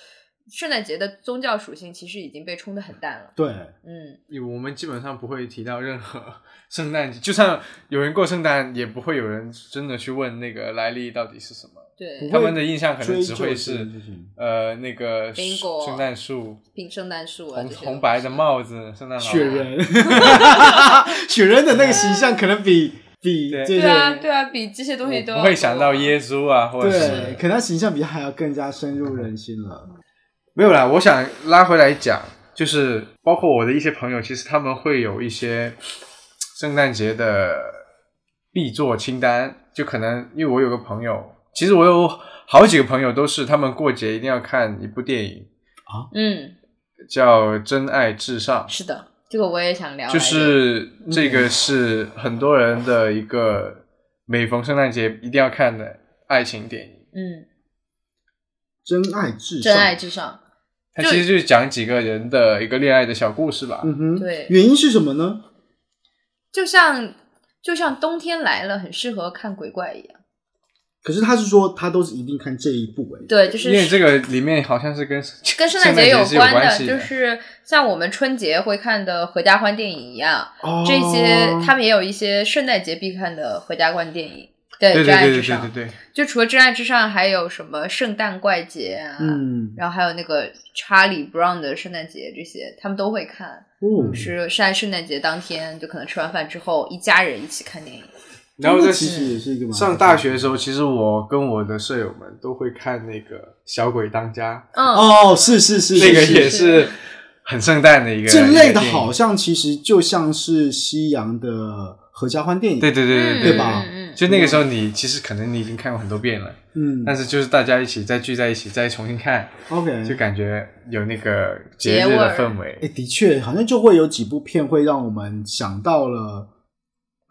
[SPEAKER 1] 圣诞节的宗教属性其实已经被冲得很淡了。
[SPEAKER 3] 对，
[SPEAKER 1] 嗯，
[SPEAKER 2] 我们基本上不会提到任何 圣诞，就算有人过圣诞，也不会有人真的去问那个来历到底是什么。
[SPEAKER 1] 对
[SPEAKER 3] 不，
[SPEAKER 2] 他
[SPEAKER 3] 会
[SPEAKER 2] 们的印象可能
[SPEAKER 3] 追
[SPEAKER 2] 只
[SPEAKER 3] 究
[SPEAKER 2] 会
[SPEAKER 3] 这
[SPEAKER 2] 是
[SPEAKER 3] 件事情
[SPEAKER 2] 呃那个
[SPEAKER 1] 苹果
[SPEAKER 2] 圣诞树、
[SPEAKER 1] 品圣诞树啊，
[SPEAKER 2] 红
[SPEAKER 1] 这些
[SPEAKER 2] 红
[SPEAKER 1] 东
[SPEAKER 2] 白
[SPEAKER 1] 西
[SPEAKER 2] 的。帽子、圣诞老
[SPEAKER 3] 雪
[SPEAKER 2] 人。
[SPEAKER 3] 人，雪人的那个形象可能 比比
[SPEAKER 2] 对
[SPEAKER 3] 这
[SPEAKER 1] 对
[SPEAKER 3] 些
[SPEAKER 1] 啊，对啊，比这些东西都
[SPEAKER 2] 我
[SPEAKER 1] 要
[SPEAKER 2] 不会想到
[SPEAKER 1] 多
[SPEAKER 2] 耶稣啊，或者
[SPEAKER 3] 对，
[SPEAKER 2] 是
[SPEAKER 3] 可能他形象比他还要更加深入人心了。
[SPEAKER 2] 没有啦。我想拉回来讲，就是包括我的一些朋友，其实他们会有一些圣诞节的必做清单，就可能因为我有个朋友，其实我有好几个朋友都是他们过节一定要看一部电影，
[SPEAKER 1] 嗯，
[SPEAKER 2] 叫《真爱至上》。
[SPEAKER 1] 是的，这个我也想聊来
[SPEAKER 2] 就
[SPEAKER 1] 着。
[SPEAKER 2] 是这个是很多人的一个每逢圣诞节一定要看的爱情电影。
[SPEAKER 1] 嗯，
[SPEAKER 3] 真爱至上，
[SPEAKER 1] 真爱至上。
[SPEAKER 2] 它其实就是讲几个人的一个恋爱的小故事吧。
[SPEAKER 3] 嗯哼，
[SPEAKER 1] 对
[SPEAKER 3] 原因是什么呢？
[SPEAKER 1] 就像就像冬天来了，很适合看鬼怪一样。
[SPEAKER 3] 可是他是说他都是一定看这一部诶，
[SPEAKER 1] 对，就是
[SPEAKER 2] 因为这个里面好像是跟
[SPEAKER 1] 跟圣
[SPEAKER 2] 诞
[SPEAKER 1] 诞节有
[SPEAKER 2] 是有
[SPEAKER 1] 关
[SPEAKER 2] 系的，
[SPEAKER 1] 就是像我们春节会看的合家欢电影一样，
[SPEAKER 3] 哦
[SPEAKER 1] 这些他们也有一些圣诞节必看的合家欢电影。对，
[SPEAKER 2] 对对
[SPEAKER 1] 真爱至
[SPEAKER 2] 对对对对
[SPEAKER 1] 上，
[SPEAKER 2] 对，
[SPEAKER 1] 就除了真爱至上，还有什么圣诞怪节啊，
[SPEAKER 3] 嗯，
[SPEAKER 1] 然后还有那个查理布朗的圣诞节这些，他们都会看。
[SPEAKER 3] 哦，
[SPEAKER 1] 是在圣诞节当天，就可能吃完饭之后，一家人一起看电影。
[SPEAKER 2] 然后
[SPEAKER 3] 这
[SPEAKER 2] 在
[SPEAKER 3] 其实也是一个蛮
[SPEAKER 2] 上大学的时候，其实我跟我的舍友们都会看那个《小鬼当家
[SPEAKER 1] 嗯，
[SPEAKER 3] 哦，是是》，是，
[SPEAKER 2] 那个
[SPEAKER 3] 是
[SPEAKER 2] 也
[SPEAKER 3] 是
[SPEAKER 2] 是很圣诞的一个
[SPEAKER 3] 这类的，
[SPEAKER 2] 一个电
[SPEAKER 3] 好
[SPEAKER 2] 影
[SPEAKER 3] 像其实就像是西洋的合家欢电影，
[SPEAKER 2] 对对对对
[SPEAKER 3] 对吧
[SPEAKER 1] 嗯嗯
[SPEAKER 2] 就那个时候你其实可能你已经看过很多遍了，
[SPEAKER 3] 嗯
[SPEAKER 2] 但是就是大家一起再聚在一起再重新看，
[SPEAKER 3] ，OK，
[SPEAKER 2] 就感觉有那个
[SPEAKER 1] 节
[SPEAKER 2] 节
[SPEAKER 1] 味
[SPEAKER 2] 日
[SPEAKER 1] 儿
[SPEAKER 2] 的氛围
[SPEAKER 3] 哎，。的确，好像就会有几部片会让我们想到了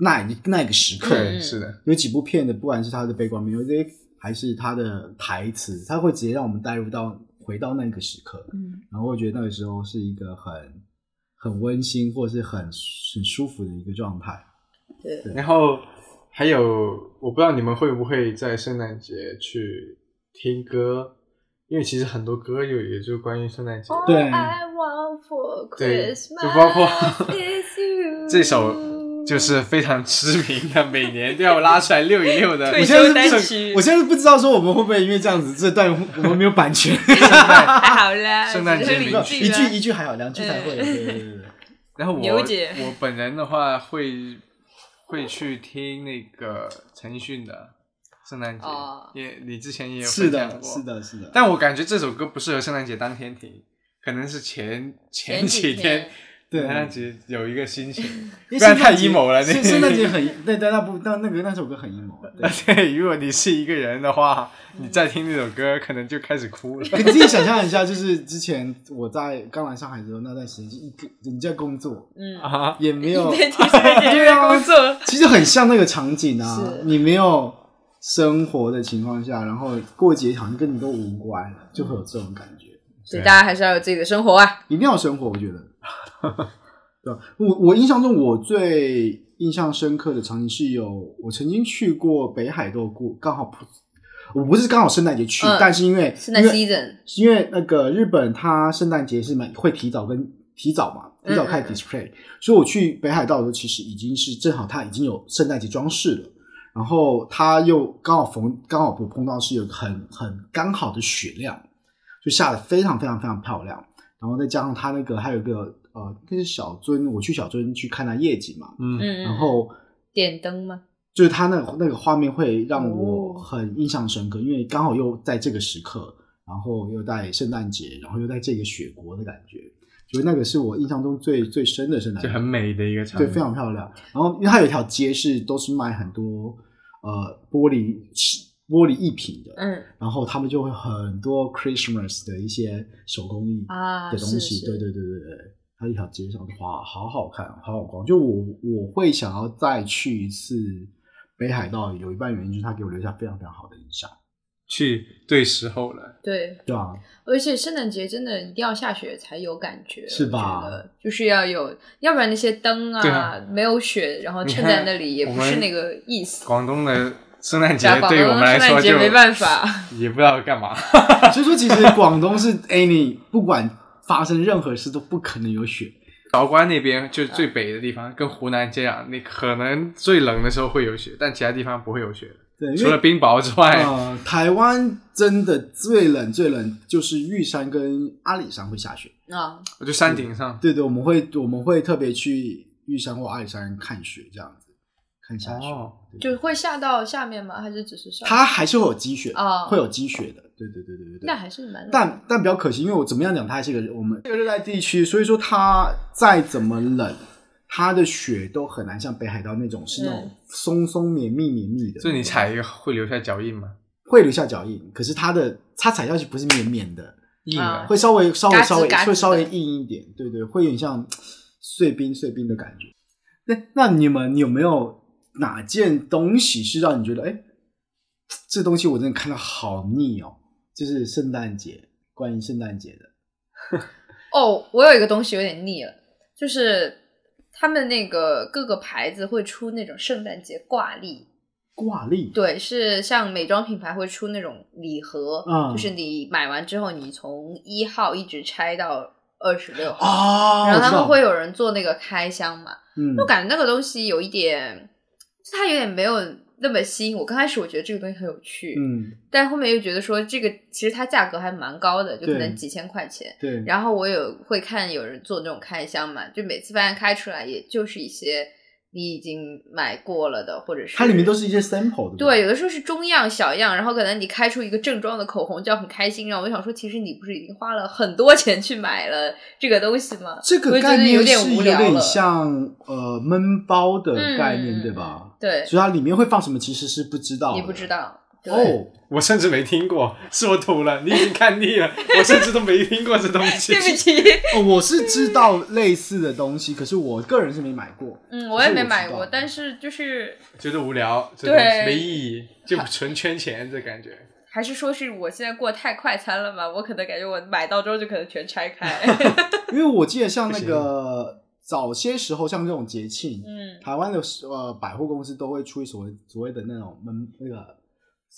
[SPEAKER 3] 那一那个时刻，
[SPEAKER 2] 对，是的，
[SPEAKER 3] 嗯有几部片的，不管是它的背光明，有些还是它的台词，它会直接让我们带入到回到那个时刻，
[SPEAKER 1] 嗯，
[SPEAKER 3] 然后我觉得那个时候是一个很很温馨或是很很舒服的一个状态。
[SPEAKER 1] 对，
[SPEAKER 2] 然后还有，我不知道你们会不会在圣诞节去听歌，因为其实很多歌有也就是关于圣诞节。
[SPEAKER 3] 对
[SPEAKER 1] All I want for 哦
[SPEAKER 2] 对
[SPEAKER 1] Christmas
[SPEAKER 2] 就包括
[SPEAKER 1] is you
[SPEAKER 2] 这首就是非常知名的，每年都要拉出来溜一溜 的
[SPEAKER 1] 退
[SPEAKER 3] 我
[SPEAKER 1] 休
[SPEAKER 3] 现在是
[SPEAKER 1] 单
[SPEAKER 3] 不
[SPEAKER 1] 曲
[SPEAKER 3] 我现在是不知道说我们会不会因为这样子这段我们没有版权，
[SPEAKER 1] 还好啦，
[SPEAKER 2] 圣诞
[SPEAKER 1] 只
[SPEAKER 2] 节
[SPEAKER 1] 是
[SPEAKER 2] 名
[SPEAKER 1] 理
[SPEAKER 2] 曲
[SPEAKER 1] 智
[SPEAKER 3] 一句
[SPEAKER 1] 啦
[SPEAKER 3] 一句还好，两句才会。对对对对对
[SPEAKER 2] 然后我
[SPEAKER 1] 牛姐
[SPEAKER 2] 我本人的话会会去听那个陈奕迅的《圣诞节》
[SPEAKER 1] 哦
[SPEAKER 2] 也你之前也有
[SPEAKER 3] 是
[SPEAKER 2] 分享
[SPEAKER 3] 的，
[SPEAKER 2] 过，
[SPEAKER 3] 是。的，是的。
[SPEAKER 2] 但我感觉这首歌不适合圣诞节当天听，可能是前前
[SPEAKER 1] 几
[SPEAKER 2] 几
[SPEAKER 1] 天
[SPEAKER 3] 对
[SPEAKER 2] 圣诞节有一个心情，
[SPEAKER 3] 因为
[SPEAKER 2] 不然太
[SPEAKER 3] 圣诞节
[SPEAKER 2] emo 了那
[SPEAKER 3] 圣圣诞节很对，但那部但那个那首歌很 emo，对啊
[SPEAKER 2] 对，如果你是一个人的话，
[SPEAKER 1] 嗯
[SPEAKER 2] 你再听那首歌，可能就开始哭了。
[SPEAKER 3] 你自己想象一下，就是之前我在刚来上海的时候那段时间，就一个人在工作，
[SPEAKER 1] 嗯，
[SPEAKER 2] 啊，
[SPEAKER 3] 也没 有
[SPEAKER 1] 一，边听圣诞节一 边工作，
[SPEAKER 3] 其实很像那个场景啊
[SPEAKER 1] 是，
[SPEAKER 3] 你没有生活的情况下，然后过节好像跟你都无关，就会有这种感觉。
[SPEAKER 1] 所以大家还是要有自己的生活啊。
[SPEAKER 3] 一定要生活，我觉得。 对，我我印象中我最印象深刻的场景是有我曾经去过北海道过，刚好不我不是刚好圣诞节去，
[SPEAKER 1] 嗯
[SPEAKER 3] 但是因为
[SPEAKER 1] 圣诞
[SPEAKER 3] 因为
[SPEAKER 1] season，
[SPEAKER 3] 因为那个日本它圣诞节是蛮会提早跟提早嘛，提早开
[SPEAKER 1] 嗯嗯嗯
[SPEAKER 3] display，、所以我去北海道的时候，其实已经是正好它已经有圣诞节装饰了，然后它又刚好逢刚好我碰到是有很很刚好的雪量，就下的非常非常非常漂亮，然后再加上它那个还有一个呃，那是小樽，我去小樽去看它夜景嘛，
[SPEAKER 2] 嗯，
[SPEAKER 1] 嗯，
[SPEAKER 3] 然后
[SPEAKER 1] 点灯吗？
[SPEAKER 3] 就是他那个那个画面会让我
[SPEAKER 1] 哦
[SPEAKER 3] 很印象深刻，因为刚好又在这个时刻，然后又在圣诞节，然后又在这个雪国的感觉，觉得那个是我印象中最最深的圣诞
[SPEAKER 2] 就
[SPEAKER 3] 节，
[SPEAKER 2] 很美的一个场
[SPEAKER 3] 对，
[SPEAKER 2] 景，
[SPEAKER 3] 非常漂亮。然后因为它有一条街是都是卖很多呃玻璃玻璃艺品的，
[SPEAKER 1] 嗯
[SPEAKER 3] 然后他们就会很多 Christmas 的一些手工艺
[SPEAKER 1] 啊，
[SPEAKER 3] 的东
[SPEAKER 1] 是
[SPEAKER 3] 西，
[SPEAKER 1] 是
[SPEAKER 3] 对对对对对，它一条街上的花好好看，好好逛。就我我会想要再去一次北海道，有一半原因就是它给我留下非常非常好的印象，
[SPEAKER 2] 去对时候了。
[SPEAKER 1] 对，
[SPEAKER 3] 对啊，
[SPEAKER 1] 而且圣诞节真的一定要下雪才有感觉，
[SPEAKER 3] 是吧
[SPEAKER 1] 我觉得就是要有，要不然那些灯
[SPEAKER 2] 对
[SPEAKER 1] 啊
[SPEAKER 2] 啊，
[SPEAKER 1] 没有雪，然后
[SPEAKER 2] 你
[SPEAKER 1] 衬
[SPEAKER 2] 看
[SPEAKER 1] 在那里也
[SPEAKER 2] 我
[SPEAKER 1] 不
[SPEAKER 2] 们
[SPEAKER 1] 是那个意思。
[SPEAKER 2] 广东的圣诞节
[SPEAKER 1] 对啊广
[SPEAKER 2] 对于我们来
[SPEAKER 1] 东
[SPEAKER 2] 说
[SPEAKER 1] 圣诞节
[SPEAKER 2] 就
[SPEAKER 1] 没办法，
[SPEAKER 2] 也不知道干嘛。
[SPEAKER 3] 所以说其实广东是哎，你不管发生任何事都不可能有雪，
[SPEAKER 2] 韶关那边就是最北的地方，跟湖南接壤，你可能最冷的时候会有雪，但其他地方不会有雪，
[SPEAKER 3] 对，因
[SPEAKER 2] 除了
[SPEAKER 3] 为。
[SPEAKER 2] 冰雹之外，
[SPEAKER 3] 呃，台湾真的最冷最冷就是玉山跟阿里山会下雪，
[SPEAKER 1] 啊，
[SPEAKER 2] 我就山顶上。
[SPEAKER 3] 对对，我们会我们会特别去玉山或阿里山看雪这样子，看下雪。
[SPEAKER 2] 哦
[SPEAKER 3] 对
[SPEAKER 1] 就会下到下面吗？还是只是上？
[SPEAKER 3] 它还是会有积雪，
[SPEAKER 1] 哦
[SPEAKER 3] 会有积雪的。对对对对对
[SPEAKER 1] 那
[SPEAKER 3] 对。
[SPEAKER 1] 还是蛮冷的
[SPEAKER 3] 但但比较可惜，因为我怎么样讲，它还是个我们这个热带地区，所以说它再怎么冷，它的雪都很难像北海道那种是那种
[SPEAKER 1] 嗯
[SPEAKER 3] 松松绵密绵密的。
[SPEAKER 2] 就你踩一个会留下脚印吗？
[SPEAKER 3] 会留下脚印，可是它的它踩下去不是绵绵的，
[SPEAKER 2] 印啊
[SPEAKER 1] 啊，
[SPEAKER 3] 会稍微稍微
[SPEAKER 1] 嘎吱
[SPEAKER 3] 稍微
[SPEAKER 1] 嘎吱
[SPEAKER 3] 会稍微
[SPEAKER 1] 的
[SPEAKER 3] 硬一点，对对，会有点像碎冰碎冰的感觉。那那你们有没有哪件东西是让你觉得，哎，这东西我真的看到好腻哦？就是圣诞节，关于圣诞节的，
[SPEAKER 1] 哦，我有一个东西有点腻了，就是他们那个各个牌子会出那种圣诞节挂历，
[SPEAKER 3] 挂历，
[SPEAKER 1] 对，是像美妆品牌会出那种礼盒，
[SPEAKER 3] 嗯
[SPEAKER 1] 就是你买完之后，你从一号一直拆到二十六号，
[SPEAKER 3] 哦，
[SPEAKER 1] 然后他
[SPEAKER 3] 我知
[SPEAKER 1] 们
[SPEAKER 3] 道
[SPEAKER 1] 会，有人做那个开箱嘛，
[SPEAKER 3] 嗯
[SPEAKER 1] 我，感觉那个东西有一点，就它有点没有那么吸引我。刚开始我觉得这个东西很有趣，
[SPEAKER 3] 嗯，
[SPEAKER 1] 但后面又觉得说这个其实它价格还蛮高的，就可能
[SPEAKER 3] 对
[SPEAKER 1] 几千块钱。
[SPEAKER 3] 对，
[SPEAKER 1] 然后我有会看有人做那种开箱嘛，就每次发现开出来也就是一些你已经买过了的，或者是
[SPEAKER 3] 它里面都是一些 sample 的，
[SPEAKER 1] 对，有的时候是中样、小样，然后可能你开出一个正装的口红就要很开心，然后我就想说，其实你不是已经花了很多钱去买了这个东西吗？
[SPEAKER 3] 这
[SPEAKER 1] 我
[SPEAKER 3] 个
[SPEAKER 1] 就觉
[SPEAKER 3] 概
[SPEAKER 1] 得
[SPEAKER 3] 念
[SPEAKER 1] 有
[SPEAKER 3] 是
[SPEAKER 1] 点
[SPEAKER 3] 有
[SPEAKER 1] 无聊
[SPEAKER 3] 点
[SPEAKER 1] 了
[SPEAKER 3] 像呃闷包的概念，
[SPEAKER 1] 嗯
[SPEAKER 3] 对吧？
[SPEAKER 1] 对，
[SPEAKER 3] 所以它里面会放什么其实是不知道的，哦
[SPEAKER 1] 也不知道。 对，
[SPEAKER 2] 我甚至没听过，是我土了，你已经看腻 了，我甚至都没听过这东西。
[SPEAKER 1] 对不起，
[SPEAKER 3] 哦，我是知道类似的东西，可是我个人是没买过。
[SPEAKER 1] 嗯，我也没买
[SPEAKER 3] 这我
[SPEAKER 1] 过，
[SPEAKER 3] 知道
[SPEAKER 1] 但是就是
[SPEAKER 2] 觉得无聊，这东西
[SPEAKER 1] 对
[SPEAKER 2] 没意义，就纯圈钱这感觉。
[SPEAKER 1] 还是说是我现在过得太快餐了嘛？我可能感觉我买到之后就可能全拆开。
[SPEAKER 3] 因为我记得像那个早些时候，像这种节庆，
[SPEAKER 1] 嗯，
[SPEAKER 3] 台湾的呃百货公司都会出所谓所谓的那种门那个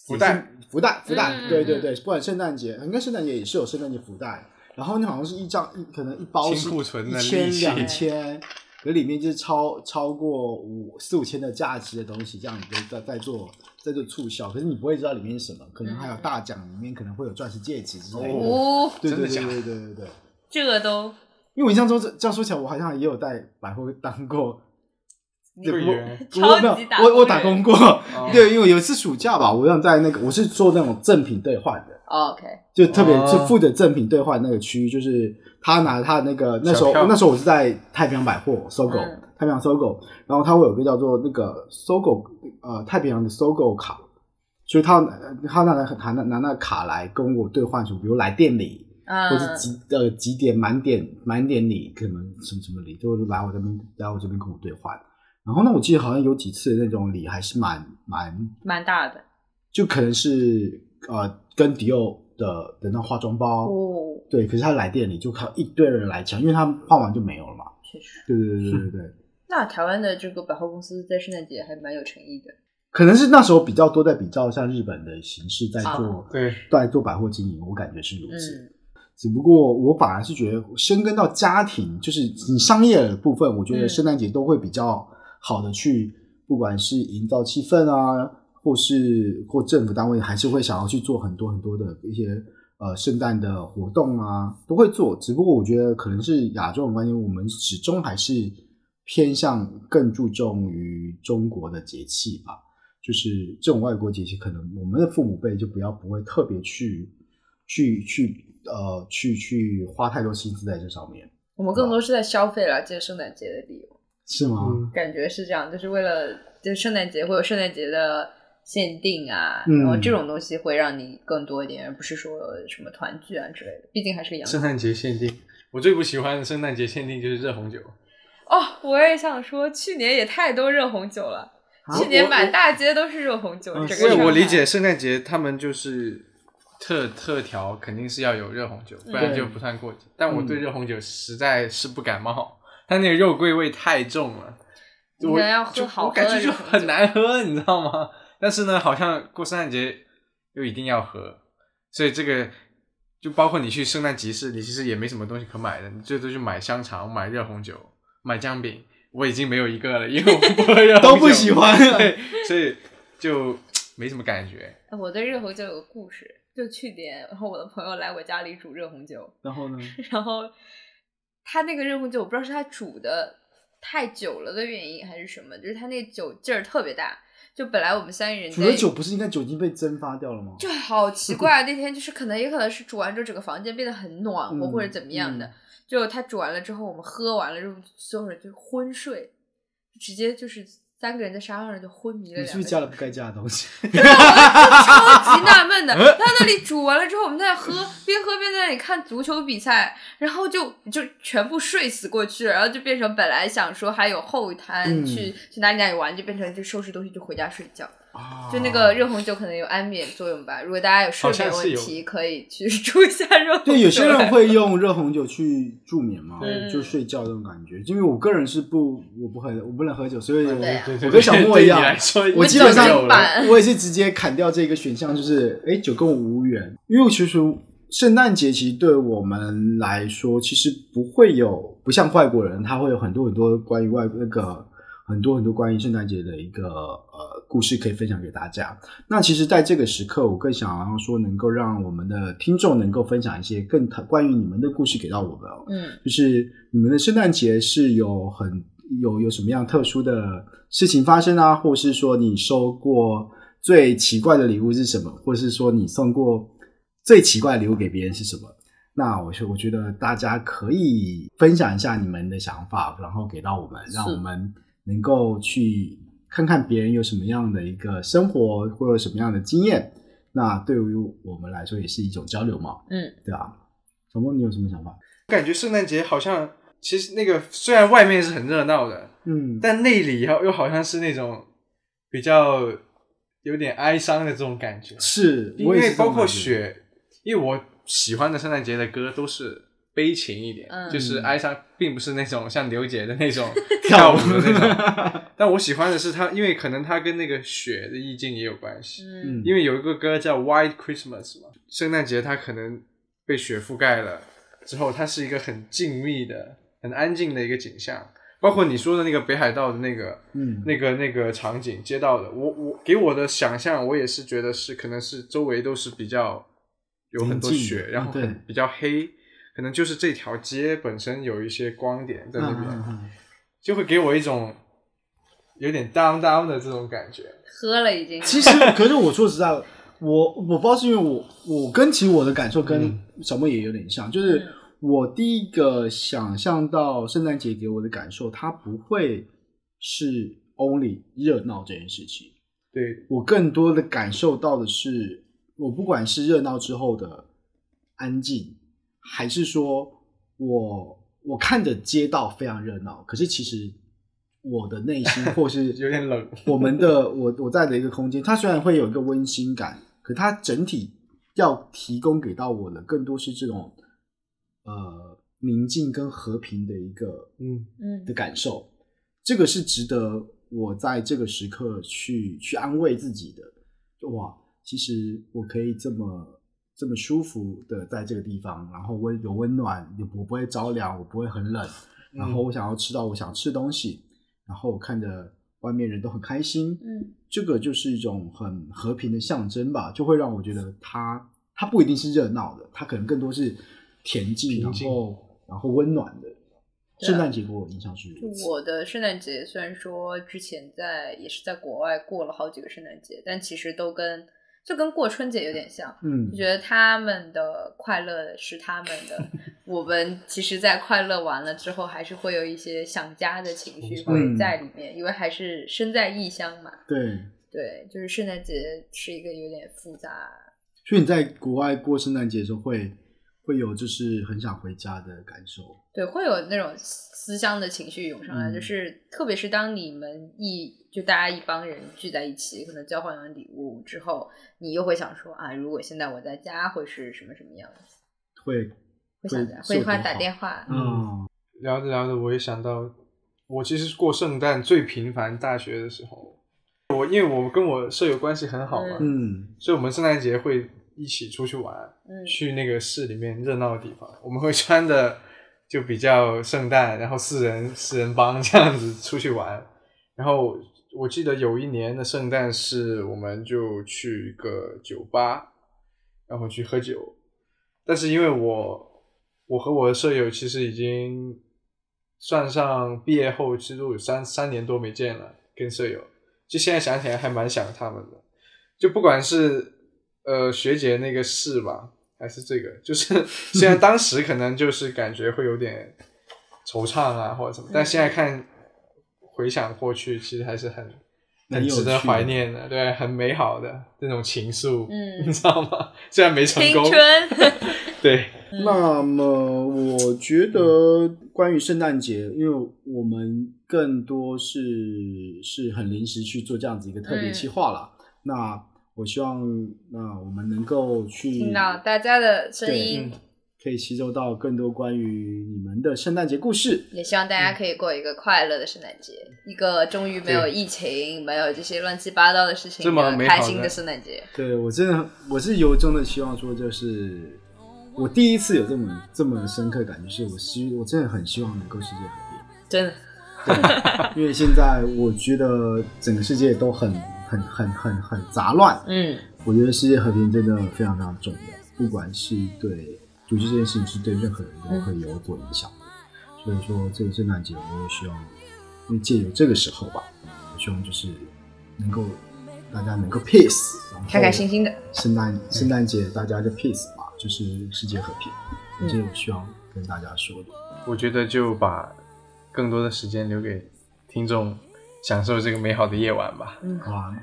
[SPEAKER 2] 福袋，
[SPEAKER 3] 福袋，福袋，
[SPEAKER 1] 嗯
[SPEAKER 3] 对对对，不管圣诞节，应该圣诞节也是有圣诞节福袋，然后那好像是一张一可能一包是
[SPEAKER 2] 清库存
[SPEAKER 3] 一
[SPEAKER 2] 的
[SPEAKER 3] 千
[SPEAKER 2] 利器
[SPEAKER 3] 两千。可里面就是超超过五四五千的价值的东西，这样你就在在做在做促销，可是你不会知道里面是什么，可能还有大奖，里面可能会有钻石戒指之类的。
[SPEAKER 2] 哦
[SPEAKER 1] 哦，
[SPEAKER 3] 对对对
[SPEAKER 2] 真的假
[SPEAKER 3] 对
[SPEAKER 2] 的
[SPEAKER 3] 对对对。
[SPEAKER 1] 这个都
[SPEAKER 3] 因为我印象中这这样说起来，我好像也有在百货当 过
[SPEAKER 1] 超级
[SPEAKER 2] 会员哦
[SPEAKER 3] 没有
[SPEAKER 1] 打，工
[SPEAKER 3] 我我
[SPEAKER 1] 人
[SPEAKER 3] 打工过，对，因为有一次暑假吧，我让在那个我是做那种赠品兑换的，
[SPEAKER 1] OK，
[SPEAKER 3] 就特别
[SPEAKER 2] 哦
[SPEAKER 3] 是负责赠品兑换那个区域，就是他拿他那个那时候
[SPEAKER 2] 小票
[SPEAKER 3] 那时候我是在太平洋百货搜狗，
[SPEAKER 1] 嗯
[SPEAKER 3] 太平洋搜狗，然后他会有个叫做那个搜狗呃太平洋的搜狗卡，所以他他拿拿拿拿那卡来跟我兑换什么，比如来店里。
[SPEAKER 1] 嗯，
[SPEAKER 3] 或者几呃几点满点满点礼，可能什么什么礼，就来我这边来我这边跟我兑换。然后呢，我记得好像有几次那种礼还是蛮蛮，
[SPEAKER 1] 蛮大的
[SPEAKER 3] 就可能是呃跟迪奥的的那化妆包，
[SPEAKER 1] 哦，
[SPEAKER 3] 对，可是他来店里就靠一堆人来抢，因为他换完就没有了嘛。
[SPEAKER 1] 确实。
[SPEAKER 3] 对对对对对 对，
[SPEAKER 1] 那台湾的这个百货公司在圣诞节还蛮有诚意的，
[SPEAKER 3] 可能是那时候比较多在比较像日本的形式在做、
[SPEAKER 2] 对，
[SPEAKER 3] 在做百货经营，我感觉是如此。
[SPEAKER 1] 啊嗯，
[SPEAKER 3] 只不过我反而是觉得深耕到家庭，就是你商业的部分，我觉得
[SPEAKER 1] 嗯
[SPEAKER 3] 圣诞节都会比较好的去，不管是营造气氛啊，或是或政府单位还是会想要去做很多很多的一些呃圣诞的活动啊，都会做。只不过我觉得可能是亚洲的关系，我们始终还是偏向更注重于中国的节气吧。就是这种外国节气，可能我们的父母辈就不要不会特别去去去呃去去花太多心思在这上面，
[SPEAKER 1] 我们更多是在消费了这圣诞节的理由，
[SPEAKER 3] 是吗？
[SPEAKER 2] 嗯，
[SPEAKER 1] 感觉是这样，就是为了就圣诞节会有圣诞节的限定啊，
[SPEAKER 3] 嗯
[SPEAKER 1] 然后这种东西会让你更多一点，而不是说什么团聚啊之类的，毕竟还是个洋
[SPEAKER 2] 圣诞节限定，我最不喜欢的圣诞节限定就是热红酒。
[SPEAKER 1] 哦，我也想说，去年也太多热红酒了，
[SPEAKER 3] 啊
[SPEAKER 1] 去年满大街都是热红酒，
[SPEAKER 3] 嗯
[SPEAKER 1] 整
[SPEAKER 2] 因
[SPEAKER 1] 个
[SPEAKER 2] 为
[SPEAKER 1] 上海
[SPEAKER 2] 我理解圣诞节他们就是特特调，肯定是要有热红酒，
[SPEAKER 1] 嗯
[SPEAKER 2] 不然就不算过节。但
[SPEAKER 3] 嗯
[SPEAKER 2] 我对热红酒实在是不感冒，它那个肉桂味太重了，
[SPEAKER 1] 你
[SPEAKER 2] 我
[SPEAKER 1] 可能要喝
[SPEAKER 2] 就
[SPEAKER 1] 好
[SPEAKER 2] 我
[SPEAKER 1] 喝
[SPEAKER 2] 感
[SPEAKER 1] 的
[SPEAKER 2] 觉就
[SPEAKER 1] 热红
[SPEAKER 2] 很
[SPEAKER 1] 酒
[SPEAKER 2] 难喝，你知道吗？但是呢，好像过圣诞节又一定要喝，所以这个。就包括你去圣诞集市，你其实也没什么东西可买的，你最多就买香肠、买热红酒、买姜饼。我已经没有一个了，因为我不喝热红酒，
[SPEAKER 3] 都不喜欢
[SPEAKER 2] 对，所以就没什么感觉。
[SPEAKER 1] 我对热红酒有个故事，就去年，然后我的朋友来我家里煮热红酒，
[SPEAKER 3] 然后呢？
[SPEAKER 1] 然后他那个热红酒，我不知道是他煮的太久了的原因还是什么，就是他那个酒劲儿特别大。就本来我们三个人
[SPEAKER 3] 煮
[SPEAKER 1] 在
[SPEAKER 3] 了酒不是应该酒精被蒸发掉了吗？
[SPEAKER 1] 就好奇怪，啊那天就是可能也可能是煮完之后整个房间变得很暖和、
[SPEAKER 3] 嗯
[SPEAKER 1] 或者怎么样的，
[SPEAKER 3] 嗯
[SPEAKER 1] 就他煮完了之后，我们喝完了之后，所有人就昏睡，直接就是三个人在沙发上就昏迷了两
[SPEAKER 3] 你是
[SPEAKER 1] 个
[SPEAKER 3] 不
[SPEAKER 1] 人。
[SPEAKER 3] 是加了不该加的东西？
[SPEAKER 1] 超级纳
[SPEAKER 3] 嗯
[SPEAKER 1] 闷的，他那里煮完了之后，我们在喝， 边喝边在那里看足球比赛，然后就就全部睡死过去了，然后就变成本来想说还有后滩
[SPEAKER 3] 嗯
[SPEAKER 1] 去、去哪里哪里玩，就变成就收拾东西就回家睡觉。
[SPEAKER 3] 啊
[SPEAKER 1] 就那个热红酒可能有安眠作用吧，如果大家有睡
[SPEAKER 2] 好像
[SPEAKER 1] 眠
[SPEAKER 2] 是
[SPEAKER 1] 问
[SPEAKER 2] 有
[SPEAKER 1] 题，可以去 注一下热红酒。
[SPEAKER 3] 对，有些人会用热红酒去助眠嘛，
[SPEAKER 2] 对
[SPEAKER 3] 就睡觉这种感觉。因为我个人是不，我不喝，我不能喝酒，所以我
[SPEAKER 1] 对啊
[SPEAKER 2] 对对
[SPEAKER 3] 我跟小莫一样
[SPEAKER 2] 对你来说
[SPEAKER 3] 我
[SPEAKER 2] 已经
[SPEAKER 3] 基本
[SPEAKER 2] 有
[SPEAKER 3] 上
[SPEAKER 2] 了
[SPEAKER 1] 版
[SPEAKER 3] 我也是直接砍掉这个选项，就是哎，诶酒跟我无缘。因为其实圣诞节其实对我们来说，其实不会有不像外国人，他会有很多很多关于外那个很多很多关于圣诞节的一个呃故事可以分享给大家。那其实，在这个时刻，我更想要说，能够让我们的听众能够分享一些更关于你们的故事给到我们哦。
[SPEAKER 1] 嗯，
[SPEAKER 3] 就是你们的圣诞节是有很有有什么样特殊的事情发生啊，或是说你收过最奇怪的礼物是什么，或是说你送过最奇怪的礼物给别人是什么？那我是我觉得大家可以分享一下你们的想法，然后给到我们，让我们能够去看看别人有什么样的一个生活或者什么样的经验，那对于我们来说也是一种交流嘛，
[SPEAKER 1] 嗯，
[SPEAKER 3] 对吧？小梦，你有什么想法？
[SPEAKER 2] 感觉圣诞节好像其实那个虽然外面是很热闹的，
[SPEAKER 3] 嗯，
[SPEAKER 2] 但内里又又好像是那种比较有点哀伤的这种感觉，
[SPEAKER 3] 是，
[SPEAKER 2] 因
[SPEAKER 3] 我也是
[SPEAKER 2] 为
[SPEAKER 3] 这种
[SPEAKER 2] 包括
[SPEAKER 3] 感觉，
[SPEAKER 2] 雪，因为我喜欢的圣诞节的歌都是悲情一点，
[SPEAKER 1] 嗯
[SPEAKER 2] 就是哀伤，并不是那种像刘姐的那 种跳舞的那种。但我喜欢的是它，因为可能它跟那个雪的意境也有关系，
[SPEAKER 1] 嗯
[SPEAKER 3] 嗯，
[SPEAKER 2] 因为有一个歌叫《White Christmas》嘛，圣诞节它可能被雪覆盖了之后，它是一个很静谧的、很安静的一个景象。包括你说的那个北海道的那个，
[SPEAKER 3] 嗯
[SPEAKER 2] 那个那个场景街道的，我我给我的想象，我也是觉得是可能是周围都是比较有很多
[SPEAKER 3] 宁静
[SPEAKER 2] 雪，然后
[SPEAKER 3] 对
[SPEAKER 2] 很比较黑，可能就是这条街本身有一些光点在那边，
[SPEAKER 3] 嗯嗯嗯
[SPEAKER 2] 就会给我一种有点 down down 的这种感觉。
[SPEAKER 1] 喝了已经。
[SPEAKER 3] 其实，可是我说实在，我 我不知道是因为我我跟其实我的感受
[SPEAKER 2] 嗯
[SPEAKER 3] 跟小莫也有点像，就是我第一个想象到圣诞节给我的感受，它不会是 only 热闹这件事情，
[SPEAKER 2] 对，
[SPEAKER 3] 我更多的感受到的是，我不管是热闹之后的安静，还是说我我看着街道非常热闹，可是其实我的内心或是
[SPEAKER 2] 有点冷
[SPEAKER 3] 我们的我我在的一个空间，它虽然会有一个温馨感，可它整体要提供给到我的更多是这种呃宁静跟和平的一个
[SPEAKER 2] 嗯，
[SPEAKER 1] 嗯
[SPEAKER 3] 的感受，这个是值得我在这个时刻去去安慰自己的。就哇，其实我可以这么这么舒服的在这个地方，然后温有温暖，我不会着凉，我不会很冷，嗯然后我想要吃到我想吃的东西，然后我看着外面人都很开心，
[SPEAKER 1] 嗯
[SPEAKER 3] 这个就是一种很和平的象征吧，就会让我觉得它它不一定是热闹的，它可能更多是恬静，
[SPEAKER 2] 平
[SPEAKER 3] 然
[SPEAKER 2] 静
[SPEAKER 3] 后然后温暖的。
[SPEAKER 1] 对啊
[SPEAKER 3] 圣诞节给我印象是如此，
[SPEAKER 1] 我的圣诞节虽然说之前在也是在国外过了好几个圣诞节，但其实都跟就跟过春节有点像，
[SPEAKER 3] 嗯
[SPEAKER 1] 就觉得他们的快乐是他们的，我们其实，在快乐完了之后，还是会有一些想家的情绪会
[SPEAKER 3] 嗯
[SPEAKER 1] 在里面，因为还是身在异乡嘛。
[SPEAKER 3] 对。
[SPEAKER 1] 对，就是圣诞节是一个有点复杂，
[SPEAKER 3] 所以你在国外过圣诞节的时候会会有就是很想回家的感受，
[SPEAKER 1] 对，会有那种思乡的情绪涌上来，
[SPEAKER 3] 嗯
[SPEAKER 1] 就是特别是当你们一就大家一帮人聚在一起，可能交换完礼物之后，你又会想说啊，如果现在我在家会是什么什么样子，
[SPEAKER 3] 会
[SPEAKER 1] 会想家，会
[SPEAKER 3] 会
[SPEAKER 1] 会
[SPEAKER 3] 是有多
[SPEAKER 1] 打
[SPEAKER 3] 好
[SPEAKER 1] 电话，
[SPEAKER 3] 嗯
[SPEAKER 2] 聊着聊着我也想到，我其实过圣诞最频繁，大学的时候，我因为我跟我舍友关系很好嘛，
[SPEAKER 3] 嗯
[SPEAKER 2] 所以我们圣诞节会一起出去玩。
[SPEAKER 1] 嗯
[SPEAKER 2] 去那个市里面热闹的地方，我们会穿的就比较圣诞，然后四人四人帮这样子出去玩。然后我记得有一年的圣诞是我们就去一个酒吧，然后去喝酒，但是因为我我和我的舍友其实已经算上毕业后，其实都有三三年多没见了，跟舍友，就现在想起来还蛮想他们的。就不管是呃学姐那个事吧，还是这个，就是 虽然当时可能就是感觉会有点惆怅啊或者什么，但现在看回想过去，其实还是很
[SPEAKER 3] 很
[SPEAKER 2] 很
[SPEAKER 3] 有
[SPEAKER 2] 值得
[SPEAKER 3] 趣
[SPEAKER 2] 怀
[SPEAKER 3] 的
[SPEAKER 2] 念的，对，很美好的这种情愫，
[SPEAKER 1] 嗯
[SPEAKER 2] 你知道吗？虽然没成
[SPEAKER 1] 青
[SPEAKER 2] 功，
[SPEAKER 1] 春，
[SPEAKER 2] 对，
[SPEAKER 1] 嗯
[SPEAKER 3] 那么我觉得关于圣诞节，因为我们更多是是很临时去做这样子一个特别
[SPEAKER 1] 嗯
[SPEAKER 3] 企划啦。那我希望那我们能够去
[SPEAKER 1] 听到大家的声
[SPEAKER 3] 对嗯
[SPEAKER 1] 音，
[SPEAKER 3] 可以吸收到更多关于你们的圣诞节故事。
[SPEAKER 1] 也希望大家可以过一个快乐的圣诞节，一个终于没有疫情、没有这些乱七八糟的事情
[SPEAKER 2] 这么
[SPEAKER 1] 的
[SPEAKER 2] 美好
[SPEAKER 1] 开
[SPEAKER 2] 的
[SPEAKER 1] 心的圣诞节。
[SPEAKER 3] 对我真的，我是由衷的希望说，就是
[SPEAKER 1] 嗯
[SPEAKER 3] 我第一次有这么这么深刻的感觉，是我希我真的很希望能够世界和
[SPEAKER 1] 真的，
[SPEAKER 3] 平，因为现在我觉得整个世界都很很很很很杂乱，
[SPEAKER 1] 嗯
[SPEAKER 3] 我觉得世界和平真的非常非常重要，不管是对组织这件事情，是对任何人都会
[SPEAKER 1] 嗯
[SPEAKER 3] 有所影响的。所以说，这个圣诞节我也希望，因为借由这个时候吧，我希望就是能够大家能够 peace，然后
[SPEAKER 1] 开开心嗯心的。
[SPEAKER 3] 圣诞圣诞节大家就 peace 吧，就是世界和平。
[SPEAKER 1] 嗯
[SPEAKER 3] 我这是我希望跟大家说的。
[SPEAKER 2] 我觉得就把更多的时间留给听众
[SPEAKER 5] 享受这个美好的夜晚吧。
[SPEAKER 2] 嗯，
[SPEAKER 3] 哇，